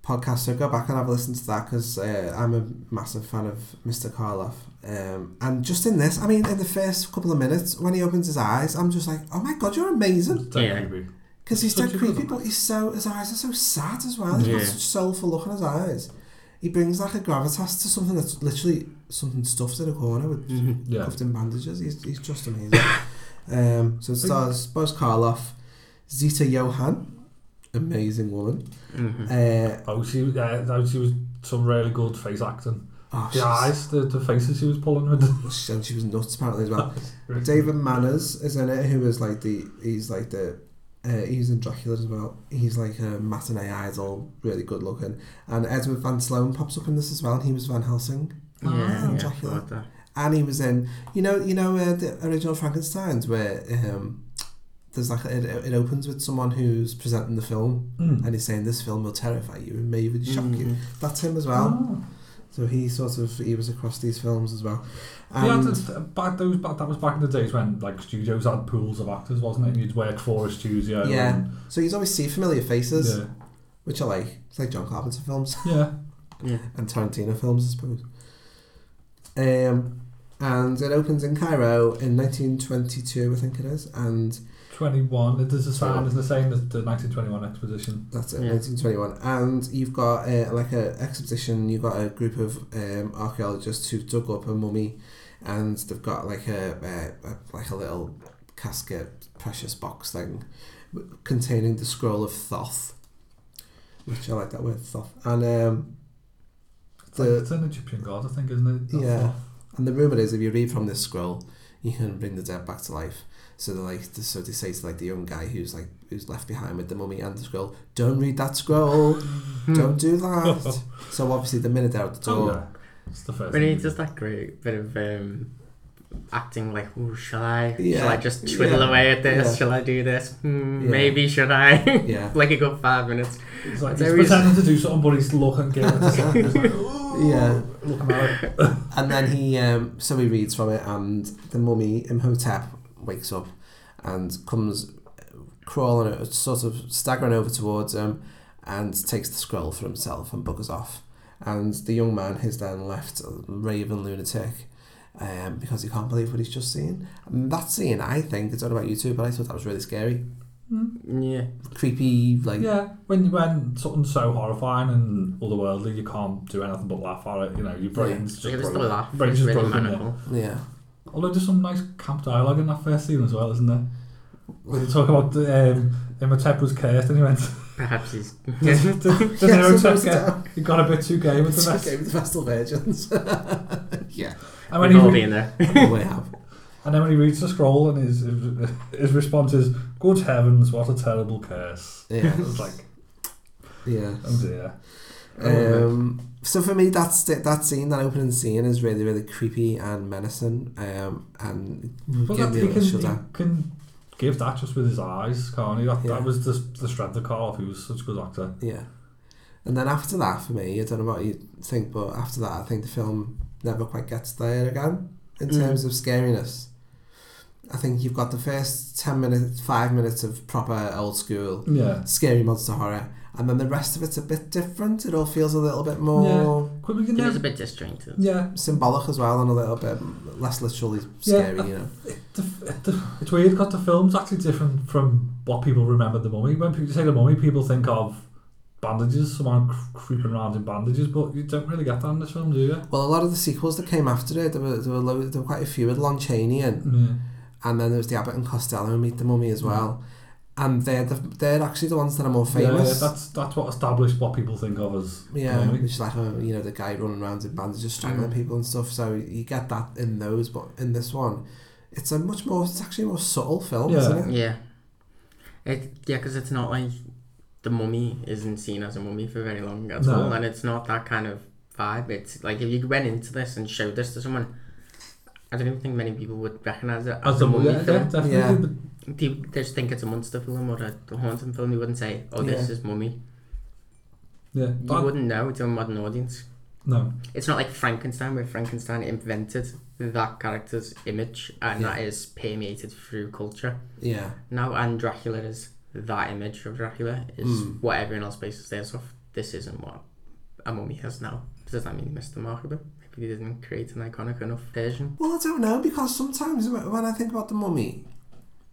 [SPEAKER 11] podcast, so go back and have a listen to that because uh, I'm a massive fan of Mr. Karloff. Um, and just in this, I mean, in the first couple of minutes, when he opens his eyes, I'm just like, oh my god, you're amazing.
[SPEAKER 13] Dead creepy.
[SPEAKER 11] Because he's
[SPEAKER 13] Such
[SPEAKER 11] dead
[SPEAKER 13] a good
[SPEAKER 11] creepy, but he's so his eyes are so sad as well. He's got
[SPEAKER 13] Yeah.
[SPEAKER 11] such soulful look in his eyes. He brings like a gravitas to something that's literally something stuffed in a corner with
[SPEAKER 13] Mm-hmm. Yeah.
[SPEAKER 11] covered in bandages. He's, he's just amazing. um, so it stars Boris Karloff, Zita Johan, amazing woman. Uh,
[SPEAKER 13] oh, she, yeah, no, she was some really good face acting.
[SPEAKER 11] Oh,
[SPEAKER 13] the
[SPEAKER 11] she's-
[SPEAKER 13] eyes, the, the faces she was pulling with.
[SPEAKER 11] and she was nuts apparently as well. David Manners is in it, who is like the he's like the uh, he's in Dracula as well. He's like a matinee idol, really good looking. And Edward Van Sloan pops up in this as well, and he was Van Helsing.
[SPEAKER 12] Yeah,
[SPEAKER 11] in
[SPEAKER 12] yeah, I
[SPEAKER 11] Dracula.
[SPEAKER 12] thought that.
[SPEAKER 11] And he was in you know you know uh, the original Frankenstein's where um, there's like it, it opens with someone who's presenting the film
[SPEAKER 13] Mm.
[SPEAKER 11] and he's saying this film will terrify you and may even shock you.
[SPEAKER 13] Mhm.
[SPEAKER 11] That's him as well. So he sort of he was across these films as well.
[SPEAKER 13] yeah,
[SPEAKER 11] And-
[SPEAKER 13] that's- uh, back those back, that was back in the days when like studios had pools of actors, wasn't it? And you'd work for a studio.
[SPEAKER 11] Yeah.
[SPEAKER 13] and-
[SPEAKER 11] So you always see familiar faces,
[SPEAKER 13] Yeah.
[SPEAKER 11] which I like. It's like John Carpenter films.
[SPEAKER 13] Yeah.
[SPEAKER 12] Yeah.
[SPEAKER 11] And Tarantino films, I suppose. Um, and it opens in Cairo in 1922, I think it is, and
[SPEAKER 13] 21. There's a sign, isn't it, saying the, the 1921 exposition?
[SPEAKER 11] that's it, 1921. And you've got uh, like a exhibition. You've got a group of um, archaeologists who've dug up a mummy, and they've got like a, uh, a like a little casket, precious box thing, w- containing the scroll of Thoth, which I like that word Thoth, and um,
[SPEAKER 13] It's, like,
[SPEAKER 11] the
[SPEAKER 13] it's an Egyptian god, I think, isn't it?
[SPEAKER 11] Uh, yeah, and the rumor is if you read from this scroll, you can bring the dead back to life. So they like, so they say to like the young guy who's like who's left behind with the mummy and the scroll, don't read that scroll, don't do that. so obviously the minute they're out the
[SPEAKER 13] Oh,
[SPEAKER 11] door,
[SPEAKER 13] yeah. It's the first
[SPEAKER 12] But
[SPEAKER 13] thing.
[SPEAKER 12] it's just that great bit of um, acting like, oh, shall I?
[SPEAKER 13] Yeah.
[SPEAKER 12] Shall I just twiddle
[SPEAKER 13] Yeah.
[SPEAKER 12] away at this?
[SPEAKER 13] Yeah.
[SPEAKER 12] Shall I do this? Hmm,
[SPEAKER 13] Yeah.
[SPEAKER 12] Maybe should I?
[SPEAKER 13] Yeah.
[SPEAKER 12] like a good five minutes.
[SPEAKER 13] It's like
[SPEAKER 12] It's
[SPEAKER 13] he's
[SPEAKER 12] very-
[SPEAKER 13] pretending to do something, but he's looking gay. He's like, "Ooh,
[SPEAKER 11] Yeah.
[SPEAKER 13] Look at it.
[SPEAKER 11] and then he um, so he reads from it and the mummy Imhotep wakes up and comes crawling uh, sort of staggering over towards him and takes the scroll for himself and buggers off and the young man is then left a raving lunatic um, because he can't believe what he's just seen and that scene I think I don't know about you too but I thought that was really scary
[SPEAKER 12] Yeah.
[SPEAKER 11] creepy, like
[SPEAKER 13] yeah, when when something's so horrifying and otherworldly, you can't do anything but laugh at it. You know, your brain's
[SPEAKER 12] Yeah,
[SPEAKER 13] just
[SPEAKER 12] it's the
[SPEAKER 13] broken.
[SPEAKER 12] laugh.
[SPEAKER 13] Brain's
[SPEAKER 12] It's
[SPEAKER 13] just
[SPEAKER 12] really
[SPEAKER 13] broken.
[SPEAKER 12] maniacal.
[SPEAKER 11] Yeah.
[SPEAKER 13] Although there's some nice camp dialogue in that first scene as well, isn't there? When they talk about the, um, Imhotep was cursed, and he went.
[SPEAKER 12] Perhaps he's.
[SPEAKER 13] Does- does- does
[SPEAKER 11] Yeah,
[SPEAKER 13] Imhotep
[SPEAKER 11] sometimes
[SPEAKER 13] get-
[SPEAKER 11] down.
[SPEAKER 13] he got a bit too gay with the
[SPEAKER 11] Too
[SPEAKER 13] best.
[SPEAKER 11] gay with the Vestal Virgins. yeah.
[SPEAKER 13] And when
[SPEAKER 12] We've
[SPEAKER 13] he
[SPEAKER 12] all
[SPEAKER 13] re-
[SPEAKER 12] been there.
[SPEAKER 11] We have.
[SPEAKER 13] And then when he reads the scroll, and his his response is, "Good heavens, what a terrible curse!"
[SPEAKER 11] Yeah.
[SPEAKER 13] it's like,
[SPEAKER 11] Yeah.
[SPEAKER 13] oh dear. Oh,
[SPEAKER 11] Um, so for me, that's it. That scene, that opening scene, is really, really creepy and menacing. Um, and
[SPEAKER 13] But
[SPEAKER 11] gave
[SPEAKER 13] that,
[SPEAKER 11] me a
[SPEAKER 13] he,
[SPEAKER 11] little
[SPEAKER 13] can, he
[SPEAKER 11] shudder.
[SPEAKER 13] can give that just with his eyes, can't he? That,
[SPEAKER 11] Yeah.
[SPEAKER 13] that was the, the strength of Karloff. He was such a good actor.
[SPEAKER 11] Yeah. And then after that, for me, I don't know what you think, but after that, I think the film never quite gets there again in
[SPEAKER 12] Mm.
[SPEAKER 11] terms of scariness. I think you've got the first 10 minutes, 5 minutes of proper old school
[SPEAKER 13] Yeah.
[SPEAKER 11] scary monster horror, and then the rest of it's a bit different. It all feels a little bit more
[SPEAKER 13] It
[SPEAKER 12] was a bit disjointed.
[SPEAKER 13] Yeah.
[SPEAKER 11] symbolic as well, and a little bit less literally scary,
[SPEAKER 13] Yeah,
[SPEAKER 11] you know.
[SPEAKER 13] It's weird because the film's actually different from what people remember the mummy. When people say the mummy, people think of bandages, someone cr- creeping around in bandages, but you don't really get that in this film, do you?
[SPEAKER 11] Well, a lot of the sequels that came after it, there were there were, lo- there were quite a few with Lon Chaney and,
[SPEAKER 13] Yeah.
[SPEAKER 11] and then there was the Abbott and Costello Meet the Mummy as well, and they're the, they're actually the ones that are more famous.
[SPEAKER 13] Yeah, that's that's what established what people think of as the Mm.
[SPEAKER 11] Yeah,
[SPEAKER 13] mummy.
[SPEAKER 11] which is like a, you know the guy running around in bandages strangling people and stuff. So you get that in those, but in this one, it's a much more it's actually a more subtle film, isn't it?
[SPEAKER 12] Yeah. It yeah, because it's not like the mummy isn't seen as a mummy for very long at
[SPEAKER 13] No.
[SPEAKER 12] all, and it's not that kind of vibe. It's like if you went into this and showed this to someone, I don't even think many people would recognize it as,
[SPEAKER 13] As
[SPEAKER 12] a
[SPEAKER 13] a
[SPEAKER 12] mummy
[SPEAKER 13] mummy, yeah,
[SPEAKER 12] film.
[SPEAKER 13] yeah, definitely, Yeah.
[SPEAKER 12] People they just think it's a monster film or a haunting film. You wouldn't say, "Oh, this
[SPEAKER 13] Yeah.
[SPEAKER 12] is mummy."
[SPEAKER 13] Yeah,
[SPEAKER 12] you
[SPEAKER 13] that-
[SPEAKER 12] wouldn't know to a modern audience.
[SPEAKER 13] No.
[SPEAKER 12] it's not like Frankenstein, where Frankenstein invented that character's image, and that is permeated through culture.
[SPEAKER 11] Yeah.
[SPEAKER 12] Now, and Dracula is that image of Dracula is
[SPEAKER 11] Mm.
[SPEAKER 12] what everyone else bases theirs off. This isn't what a mummy has now. Does that mean he missed the mark a bit? Maybe they didn't create an iconic enough version.
[SPEAKER 11] Well, I don't know because sometimes wh- when I think about the Mummy,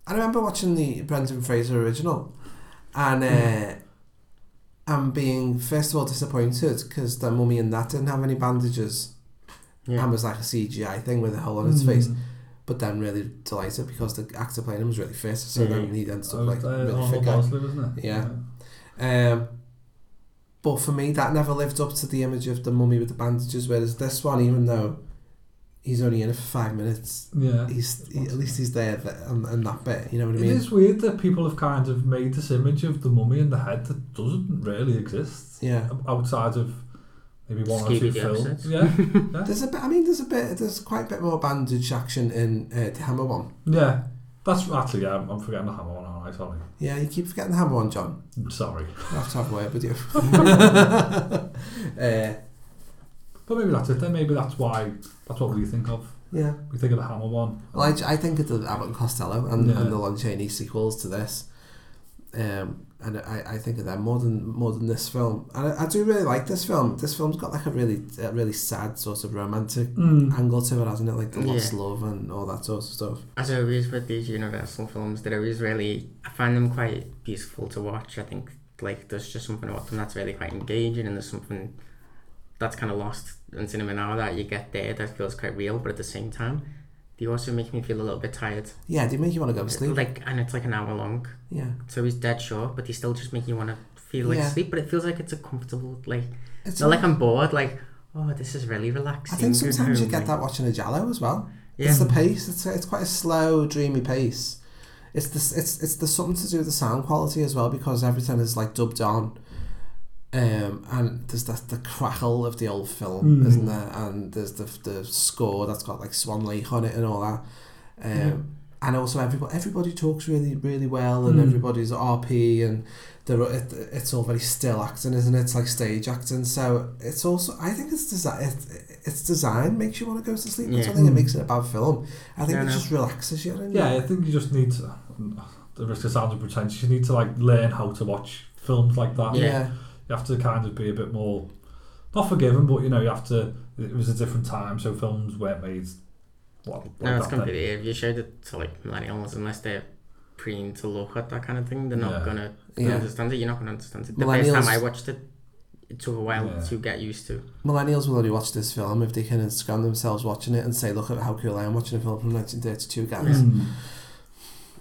[SPEAKER 11] I remember watching the Brendan Fraser original, and uh, I'm being first of all disappointed because the Mummy in that didn't have any bandages, and was like a CGI thing with a hole on its face.
[SPEAKER 13] Mm.
[SPEAKER 11] But then really delighted because the actor playing him was really fit, so
[SPEAKER 13] Yeah.
[SPEAKER 11] then he ended
[SPEAKER 13] Oh,
[SPEAKER 11] up like
[SPEAKER 13] uh,
[SPEAKER 11] really
[SPEAKER 13] Arnold
[SPEAKER 11] fit guy.
[SPEAKER 13] Bosley, wasn't it?
[SPEAKER 11] Yeah. Um, but for me, that never lived up to the image of the mummy with the bandages. Whereas this one, even though he's only in it for five minutes,
[SPEAKER 13] Yeah.
[SPEAKER 11] he's he, at least he's there th- and, and that bit. You know what I
[SPEAKER 13] It
[SPEAKER 11] mean?
[SPEAKER 13] is weird that people have kind of made this image of the mummy in the head that doesn't really exist.
[SPEAKER 11] Yeah.
[SPEAKER 13] o- Outside of maybe one or two
[SPEAKER 12] Scooby-Doo
[SPEAKER 13] films.
[SPEAKER 12] episodes.
[SPEAKER 13] Yeah.
[SPEAKER 11] There's a bit. I mean, there's a bit. There's quite a bit more bandage action in uh, the Hammer one.
[SPEAKER 13] Yeah. That's actually, yeah, I'm, I'm forgetting the hammer one, aren't I? Sorry.
[SPEAKER 11] Yeah, you keep forgetting the Hammer one, John.
[SPEAKER 13] I'm sorry.
[SPEAKER 11] I have to have a word with you. uh,
[SPEAKER 13] But maybe that's it then. Maybe that's why, that's what we think of.
[SPEAKER 11] Yeah.
[SPEAKER 13] We think of the hammer one.
[SPEAKER 11] Well, I, I think of the Abbott and Costello and,
[SPEAKER 13] Yeah.
[SPEAKER 11] and the Lon Chaney sequels to this. Um, and I, I think of them more than more than this film. And I, I do really like this film. This film's got like a really a really sad sort of romantic
[SPEAKER 13] Mm.
[SPEAKER 11] angle to it, hasn't it? Like the
[SPEAKER 12] Yeah.
[SPEAKER 11] lost love and all that sort of stuff.
[SPEAKER 12] As always with these Universal films, they're always really. I find them quite beautiful to watch. I think like there's just something about them that's really quite engaging, and there's something that's kind of lost in cinema now that you get there that feels quite real, but at the same time, they also make me feel a little bit tired.
[SPEAKER 11] Yeah, they make you wanna go to sleep.
[SPEAKER 12] Like and it's like an hour long.
[SPEAKER 11] Yeah.
[SPEAKER 12] So he's dead short, but they still just make you want to feel like
[SPEAKER 11] Yeah.
[SPEAKER 12] sleep. But it feels like it's a comfortable like.
[SPEAKER 11] It's
[SPEAKER 12] not
[SPEAKER 11] a-
[SPEAKER 12] like I'm bored. Like oh, this is really relaxing.
[SPEAKER 11] I think
[SPEAKER 12] good
[SPEAKER 11] sometimes you
[SPEAKER 12] home,
[SPEAKER 11] get
[SPEAKER 12] like-
[SPEAKER 11] that watching a Jallo as well.
[SPEAKER 12] Yeah.
[SPEAKER 11] It's the pace. It's it's quite a slow, dreamy pace. It's the it's it's the something to do with the sound quality as well because everything is like dubbed on. Um, and there's that the crackle of the old film,
[SPEAKER 12] Hmm.
[SPEAKER 13] Mm.
[SPEAKER 11] isn't there? And there's the the score that's got like Swan Lake on it and all that. Um,
[SPEAKER 13] Yeah.
[SPEAKER 11] and also everybody everybody talks really really well
[SPEAKER 12] Hmm.
[SPEAKER 11] and
[SPEAKER 13] Mm.
[SPEAKER 11] everybody's RP and they're, it, it's all very still acting, isn't it? It's like stage acting. So it's also I think it's desi- it, it's design makes you want to go to sleep. I
[SPEAKER 13] Yeah.
[SPEAKER 11] don't think it
[SPEAKER 13] Mm.
[SPEAKER 11] makes it a bad film. I think
[SPEAKER 13] No,
[SPEAKER 11] it
[SPEAKER 13] no.
[SPEAKER 11] just relaxes you. I don't
[SPEAKER 13] Yeah,
[SPEAKER 11] know.
[SPEAKER 13] I think you just need to. The risk of sounding pretentious, you need to like learn how to watch films like that.
[SPEAKER 11] Yeah.
[SPEAKER 13] you have to kind of be a bit more not forgiving, but you know you have to. It was a different time, so films weren't made. What, like
[SPEAKER 12] No, it's
[SPEAKER 13] that then.
[SPEAKER 12] completely. If you showed it to like millennials, unless they're preen to look at that kind of thing. They're not
[SPEAKER 13] Yeah.
[SPEAKER 12] gonna gonna
[SPEAKER 11] Yeah.
[SPEAKER 12] understand it. You're not gonna understand it. The first
[SPEAKER 11] Millennials-
[SPEAKER 12] time I watched it, it took a while to get used to.
[SPEAKER 11] Millennials will only watch this film if they can Instagram themselves watching it and say, "Look at how cool I am watching a film from 1932, guys."
[SPEAKER 13] Mm.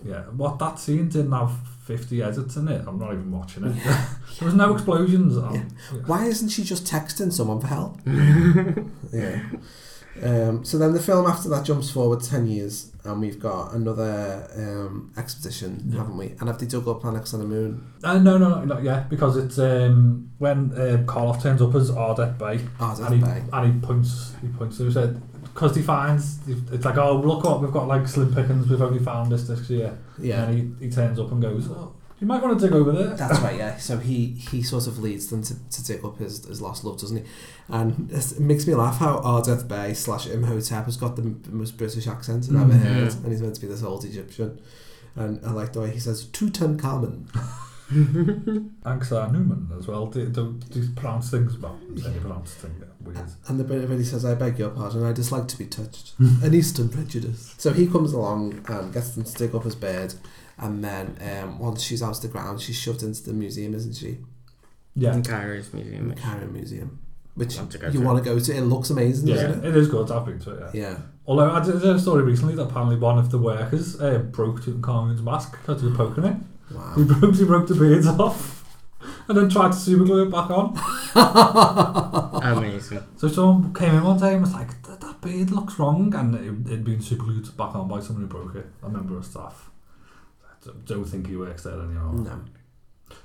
[SPEAKER 13] Hmm. Yeah, what that scene didn't have 50 edits in it. I'm not even watching it. there was no explosions. Um,
[SPEAKER 11] Why isn't she just texting someone for help? yeah. Um, so then the film after that jumps forward 10 years and we've got another um, expedition,
[SPEAKER 13] Yeah.
[SPEAKER 11] haven't we? And have they dug up planets on the moon?
[SPEAKER 13] Uh, no, no, no, not yet, because it's um, when um, Karloff turns up as Ardet Bay,
[SPEAKER 11] Ardet
[SPEAKER 13] and he,
[SPEAKER 11] Bey.
[SPEAKER 13] and he points, he points to said, because he finds, it's like, oh, look what we've got, like slim pickings, we've only found this this year.
[SPEAKER 11] Yeah.
[SPEAKER 13] And he, he turns up and goes, oh, you might want to dig over there.
[SPEAKER 11] That's right, yeah. So he, he sort of leads them to, to dig up his, his lost love, doesn't he? And it's- it makes me laugh how Ardeth Bay slash Imhotep has got the m- most British accent I've ever
[SPEAKER 13] Mhm.
[SPEAKER 11] heard, and he's meant to be this old Egyptian. And I like the way he says, Tutankhamun.
[SPEAKER 13] Angsar Newman as well. Do, do, do you pronounce things? Well, I'm saying pronounce things weird.
[SPEAKER 11] And the bit where he says, I beg your pardon, I dislike to be touched. An Eastern prejudice. So he comes along and gets them to dig up his bed. And then um, once she's out of the ground, she's shoved into the museum, isn't she?
[SPEAKER 13] Yeah.
[SPEAKER 12] In Cairo's museum. which-
[SPEAKER 11] Cairo Museum. Which
[SPEAKER 12] Want to go
[SPEAKER 11] you
[SPEAKER 12] to.
[SPEAKER 11] want to go to. It looks amazing,
[SPEAKER 13] Yeah,
[SPEAKER 11] doesn't it?
[SPEAKER 13] it is good. I've been to it. Yeah.
[SPEAKER 11] Yeah.
[SPEAKER 13] Although I did hear a story recently that apparently one of the workers uh, broke Tutankhamun's mask because he was poking it.
[SPEAKER 11] Wow.
[SPEAKER 13] He broke, he broke the beards off and then tried to super glue it back on.
[SPEAKER 12] Amazing.
[SPEAKER 11] Oh.
[SPEAKER 13] So someone came in one time and was like, that, that beard looks wrong. And it, it'd been super glued back on by someone who broke it, a member of staff. I don't- don't think he works there anymore.
[SPEAKER 11] No.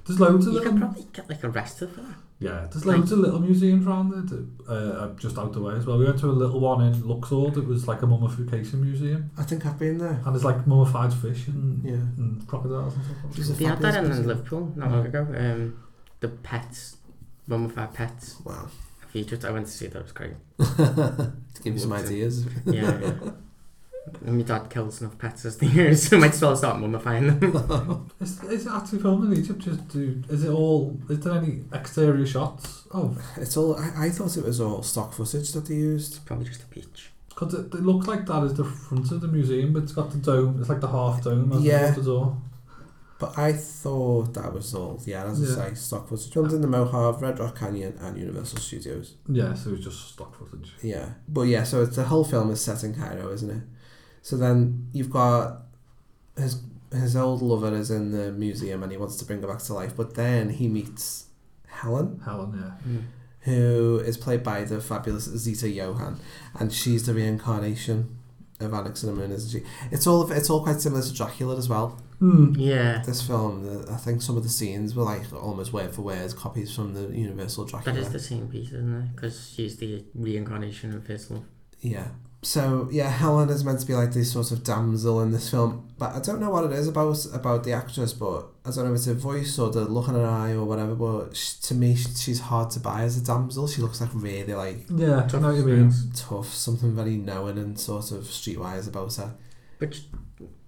[SPEAKER 13] There's loads of
[SPEAKER 12] You
[SPEAKER 13] them.
[SPEAKER 12] could probably get like arrested for that.
[SPEAKER 13] Yeah, there's loads of little museums around there, too, uh, uh, just out the way as well. We went to a little one in Luxor that was like a mummification museum,
[SPEAKER 11] I think I've been there.
[SPEAKER 13] and there's like mummified fish and,
[SPEAKER 11] Yeah.
[SPEAKER 13] and crocodiles and stuff.
[SPEAKER 11] There's a
[SPEAKER 12] They had that
[SPEAKER 11] fabulous
[SPEAKER 12] in
[SPEAKER 11] museum.
[SPEAKER 12] Liverpool not long ago. Um, the pets, mummified pets.
[SPEAKER 11] Wow.
[SPEAKER 12] Featured. I went to see that. It was great.
[SPEAKER 11] to give you some ideas.
[SPEAKER 12] yeah. yeah. And my dad kills enough pets as the years, so I might as well start mummifying them.
[SPEAKER 13] Is, is it actually filmed in Egypt? Just do, is it all? Is there any exterior shots of?
[SPEAKER 11] It's all. I, I thought it was all stock footage that they used.
[SPEAKER 12] Probably just a beach.
[SPEAKER 13] Because it, it looks like that is the front of the museum, but it's got the dome. It's like the half dome. as
[SPEAKER 11] Yeah.
[SPEAKER 13] opposed to The door.
[SPEAKER 11] But I thought that was all. Yeah, as
[SPEAKER 13] Yeah.
[SPEAKER 11] I say, stock footage. Filmed in the Mojave, Red Rock Canyon, and Universal Studios.
[SPEAKER 13] Yeah, so it's just stock footage.
[SPEAKER 11] Yeah, but yeah, so it's the whole film is set in Cairo, isn't it? So then you've got his his old lover is in the museum and he wants to bring her back to life, but then he meets Helen,
[SPEAKER 13] Helen, yeah.
[SPEAKER 11] who is played by the fabulous Zita Johan, and she's the reincarnation of Alex and the Moon, isn't she? It's all it's all quite similar to Dracula as well.
[SPEAKER 13] Hmm.
[SPEAKER 12] Yeah.
[SPEAKER 11] This film, the, I think some of the scenes were like almost word for word copies from the Universal Dracula.
[SPEAKER 12] That is the same piece, isn't it? Because she's the reincarnation of his love.
[SPEAKER 11] Yeah. So yeah, Helen is meant to be like this sort of damsel in this film, but I don't know what it is about about the actress. But I don't know if it's her voice or the look in her eye or whatever. But sh to me, sh she's hard to buy as a damsel. She looks like really like
[SPEAKER 13] Yeah, I know what you mean.
[SPEAKER 11] tough, something very knowing and sort of streetwise about her.
[SPEAKER 12] Which,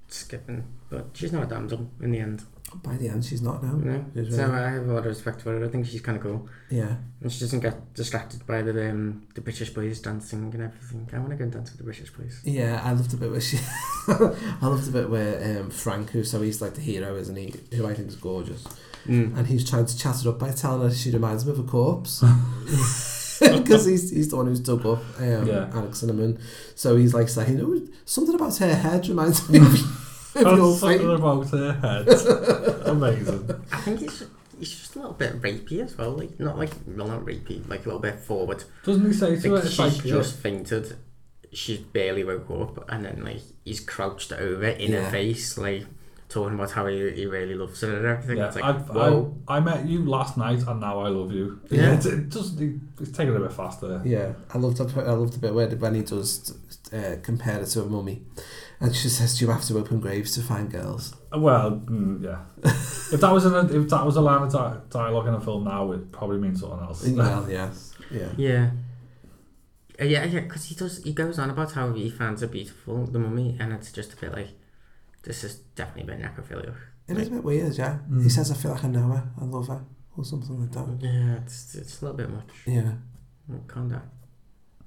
[SPEAKER 12] skipping, but she's not a damsel in the end.
[SPEAKER 11] By the end, she's not now.
[SPEAKER 12] You know?
[SPEAKER 11] She's
[SPEAKER 12] So
[SPEAKER 11] really-
[SPEAKER 12] I have a lot of respect for her. I think she's kind of cool.
[SPEAKER 11] Yeah.
[SPEAKER 12] And she doesn't get distracted by the um, the British boys dancing and everything. I want to go and dance with the British boys.
[SPEAKER 11] Yeah, I loved the bit where she. I loved the bit where um, Frank, who so he's like the hero, isn't he? Who I think is gorgeous,
[SPEAKER 12] Mm.
[SPEAKER 11] and he's trying to chat it up by telling her she reminds him of a corpse. Because he's, he's the one who's dug up um,
[SPEAKER 13] Yeah.
[SPEAKER 11] Alex Cinnamon, so he's like saying oh, something about her head reminds me of, of your
[SPEAKER 13] That's something
[SPEAKER 11] face.
[SPEAKER 13] about her head. Amazing.
[SPEAKER 12] I think he's he's just a little bit rapey as well. Like not like well not rapey, like a little bit forward.
[SPEAKER 13] Doesn't he say to
[SPEAKER 12] like,
[SPEAKER 13] her, it's
[SPEAKER 12] She's
[SPEAKER 13] like, yeah.
[SPEAKER 12] just fainted. She barely woke up, and then like he's crouched over in
[SPEAKER 11] Yeah.
[SPEAKER 12] her face, like talking about how he, he really loves her and everything.
[SPEAKER 13] Yeah,
[SPEAKER 12] it's like
[SPEAKER 13] I've, I,
[SPEAKER 12] whoa.
[SPEAKER 13] I met you last night and now I love you.
[SPEAKER 12] Yeah.
[SPEAKER 13] It's, it just, it's taking a bit faster.
[SPEAKER 11] Yeah, I loved the I loved the bit where when he does uh, compare it to a mummy, and she says, "Do you have to open graves to find girls?"
[SPEAKER 13] Well, mm, yeah. if that was in a, if that was a line of di- dialogue in a film now, it probably means something else.
[SPEAKER 11] well, yes, yeah.
[SPEAKER 12] yeah. Uh, Yeah, yeah, because he does. He goes on about how he finds her beautiful, the mummy, and it's just a bit like, this is definitely a bit necrophilia.
[SPEAKER 11] It is a bit weird, yeah. He says, I feel like I know her, I love her, or something like that.
[SPEAKER 12] Yeah, it's it's a little bit much.
[SPEAKER 11] Yeah,
[SPEAKER 12] Calm down.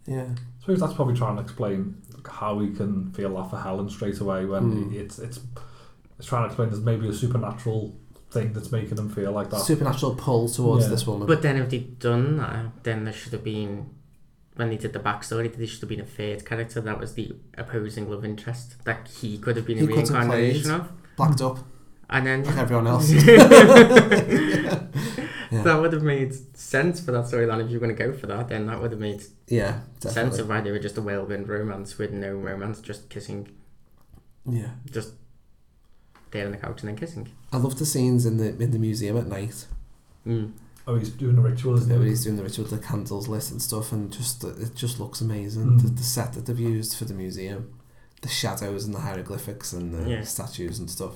[SPEAKER 11] yeah.
[SPEAKER 13] I suppose that's probably trying to explain how he can feel that for Helen straight away when
[SPEAKER 11] Mm.
[SPEAKER 13] it's it's It's trying to explain there's maybe a supernatural thing that's making them feel like that.
[SPEAKER 11] Supernatural pull towards this woman.
[SPEAKER 12] But then if they'd done that, then there should have been when they did the backstory, there should have been a third character that was the opposing love interest that he could have been
[SPEAKER 11] He
[SPEAKER 12] a
[SPEAKER 11] could have
[SPEAKER 12] reincarnation
[SPEAKER 11] played
[SPEAKER 12] of.
[SPEAKER 11] Blacked up.
[SPEAKER 12] And then
[SPEAKER 11] Like everyone else. Yeah.
[SPEAKER 12] That would have made sense for that storyline if you were going to go for that. Then that would have made
[SPEAKER 11] Yeah,
[SPEAKER 12] sense
[SPEAKER 11] definitely.
[SPEAKER 12] of why they were just a whirlwind romance with no romance, just kissing.
[SPEAKER 11] Yeah.
[SPEAKER 12] Just there on the couch and then kissing.
[SPEAKER 11] I love the scenes in the in the museum at night.
[SPEAKER 12] Mm.
[SPEAKER 13] Oh, he's doing the ritual, isn't he?
[SPEAKER 11] Yeah, when he's doing the ritual with the candles lit and stuff, and just it just looks amazing.
[SPEAKER 13] Mm.
[SPEAKER 11] The, the set that they've used for the museum, the shadows and the hieroglyphics and the
[SPEAKER 12] Yeah.
[SPEAKER 11] statues and stuff.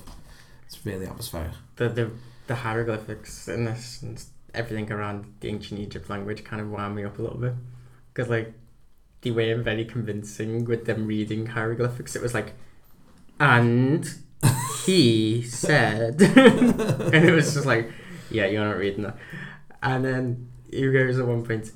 [SPEAKER 11] It's really atmospheric.
[SPEAKER 12] The the the hieroglyphics and this and everything around the ancient Egypt language kind of wound me up a little bit because like they were very convincing with them reading hieroglyphics. It was like, and he said, and it was just like, yeah, you're not reading that. And then he goes at one point.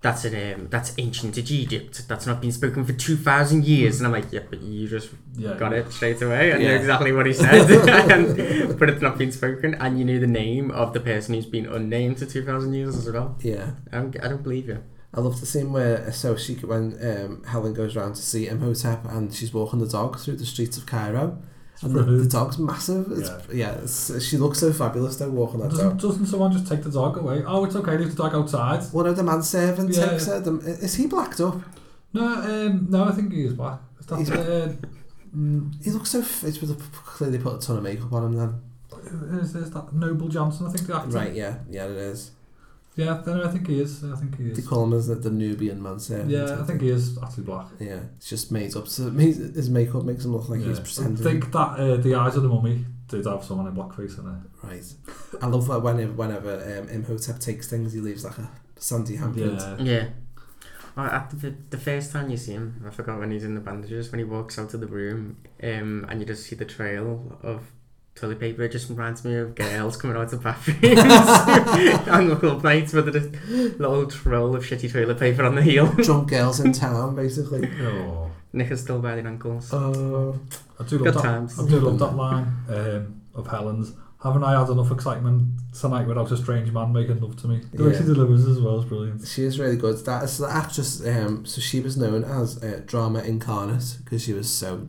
[SPEAKER 12] That's an, um, that's ancient Egypt. That's not been spoken for two thousand years. And I'm like, yeah, but you just
[SPEAKER 13] Yeah.
[SPEAKER 12] got it straight away. I knew
[SPEAKER 13] Yeah.
[SPEAKER 12] exactly what he said, and, but it's not been spoken. And you knew the name of the person who's been unnamed for two thousand years as well.
[SPEAKER 11] Yeah.
[SPEAKER 12] I don't, I don't believe you.
[SPEAKER 11] I love the scene where uh, so she when um, Helen goes round to see Imhotep and she's walking the dog through the streets of Cairo. And the, the dog's massive. It's, yeah, it's, she looks so fabulous though walking that
[SPEAKER 13] Doesn't,
[SPEAKER 11] dog.
[SPEAKER 13] doesn't someone just take the dog away? Oh, it's okay. Leave the dog outside.
[SPEAKER 11] One of the manservants
[SPEAKER 13] Yeah.
[SPEAKER 11] takes her. The, is he blacked up?
[SPEAKER 13] No, um, no, I think he is black. Is that
[SPEAKER 11] He's-
[SPEAKER 13] the,
[SPEAKER 11] He looks so fit with a, clearly put a ton of makeup on him then.
[SPEAKER 13] uh, is, is that Noble Johnson? I think the actor.
[SPEAKER 11] Right, yeah, yeah, it is.
[SPEAKER 13] Yeah, then I think he is. I think he
[SPEAKER 11] They
[SPEAKER 13] is.
[SPEAKER 11] call him as the, the Nubian manservant.
[SPEAKER 13] Yeah, I think he is actually black.
[SPEAKER 11] Yeah, it's just made up. So his his makeup makes him look like he's
[SPEAKER 13] Yeah.
[SPEAKER 11] pretending.
[SPEAKER 13] I think that uh, the eyes of the mummy did have someone in blackface in it.
[SPEAKER 11] Right. I love that whenever, whenever um, Imhotep takes things, he leaves like a sandy handprint.
[SPEAKER 12] Yeah. Oh, at the, the first time you see him, I forgot when he's in the bandages, when he walks out of the room um, and you just see the trail of toilet paper, it just reminds me of girls coming out of bathrooms on little nights with a little roll of shitty toilet paper on the heel.
[SPEAKER 11] Drunk girls in town, basically.
[SPEAKER 13] Oh.
[SPEAKER 12] Nick is still by the ankles.
[SPEAKER 11] Oh.
[SPEAKER 13] I do love
[SPEAKER 12] Good
[SPEAKER 13] that.
[SPEAKER 12] times.
[SPEAKER 13] I do love that line um, of Helen's. Haven't I had enough excitement tonight without a strange man making love to me? The way
[SPEAKER 11] Yeah.
[SPEAKER 13] she delivers as well is brilliant.
[SPEAKER 11] She is really good. That is the actress. Um, so she was known as uh, drama incarnate because she was so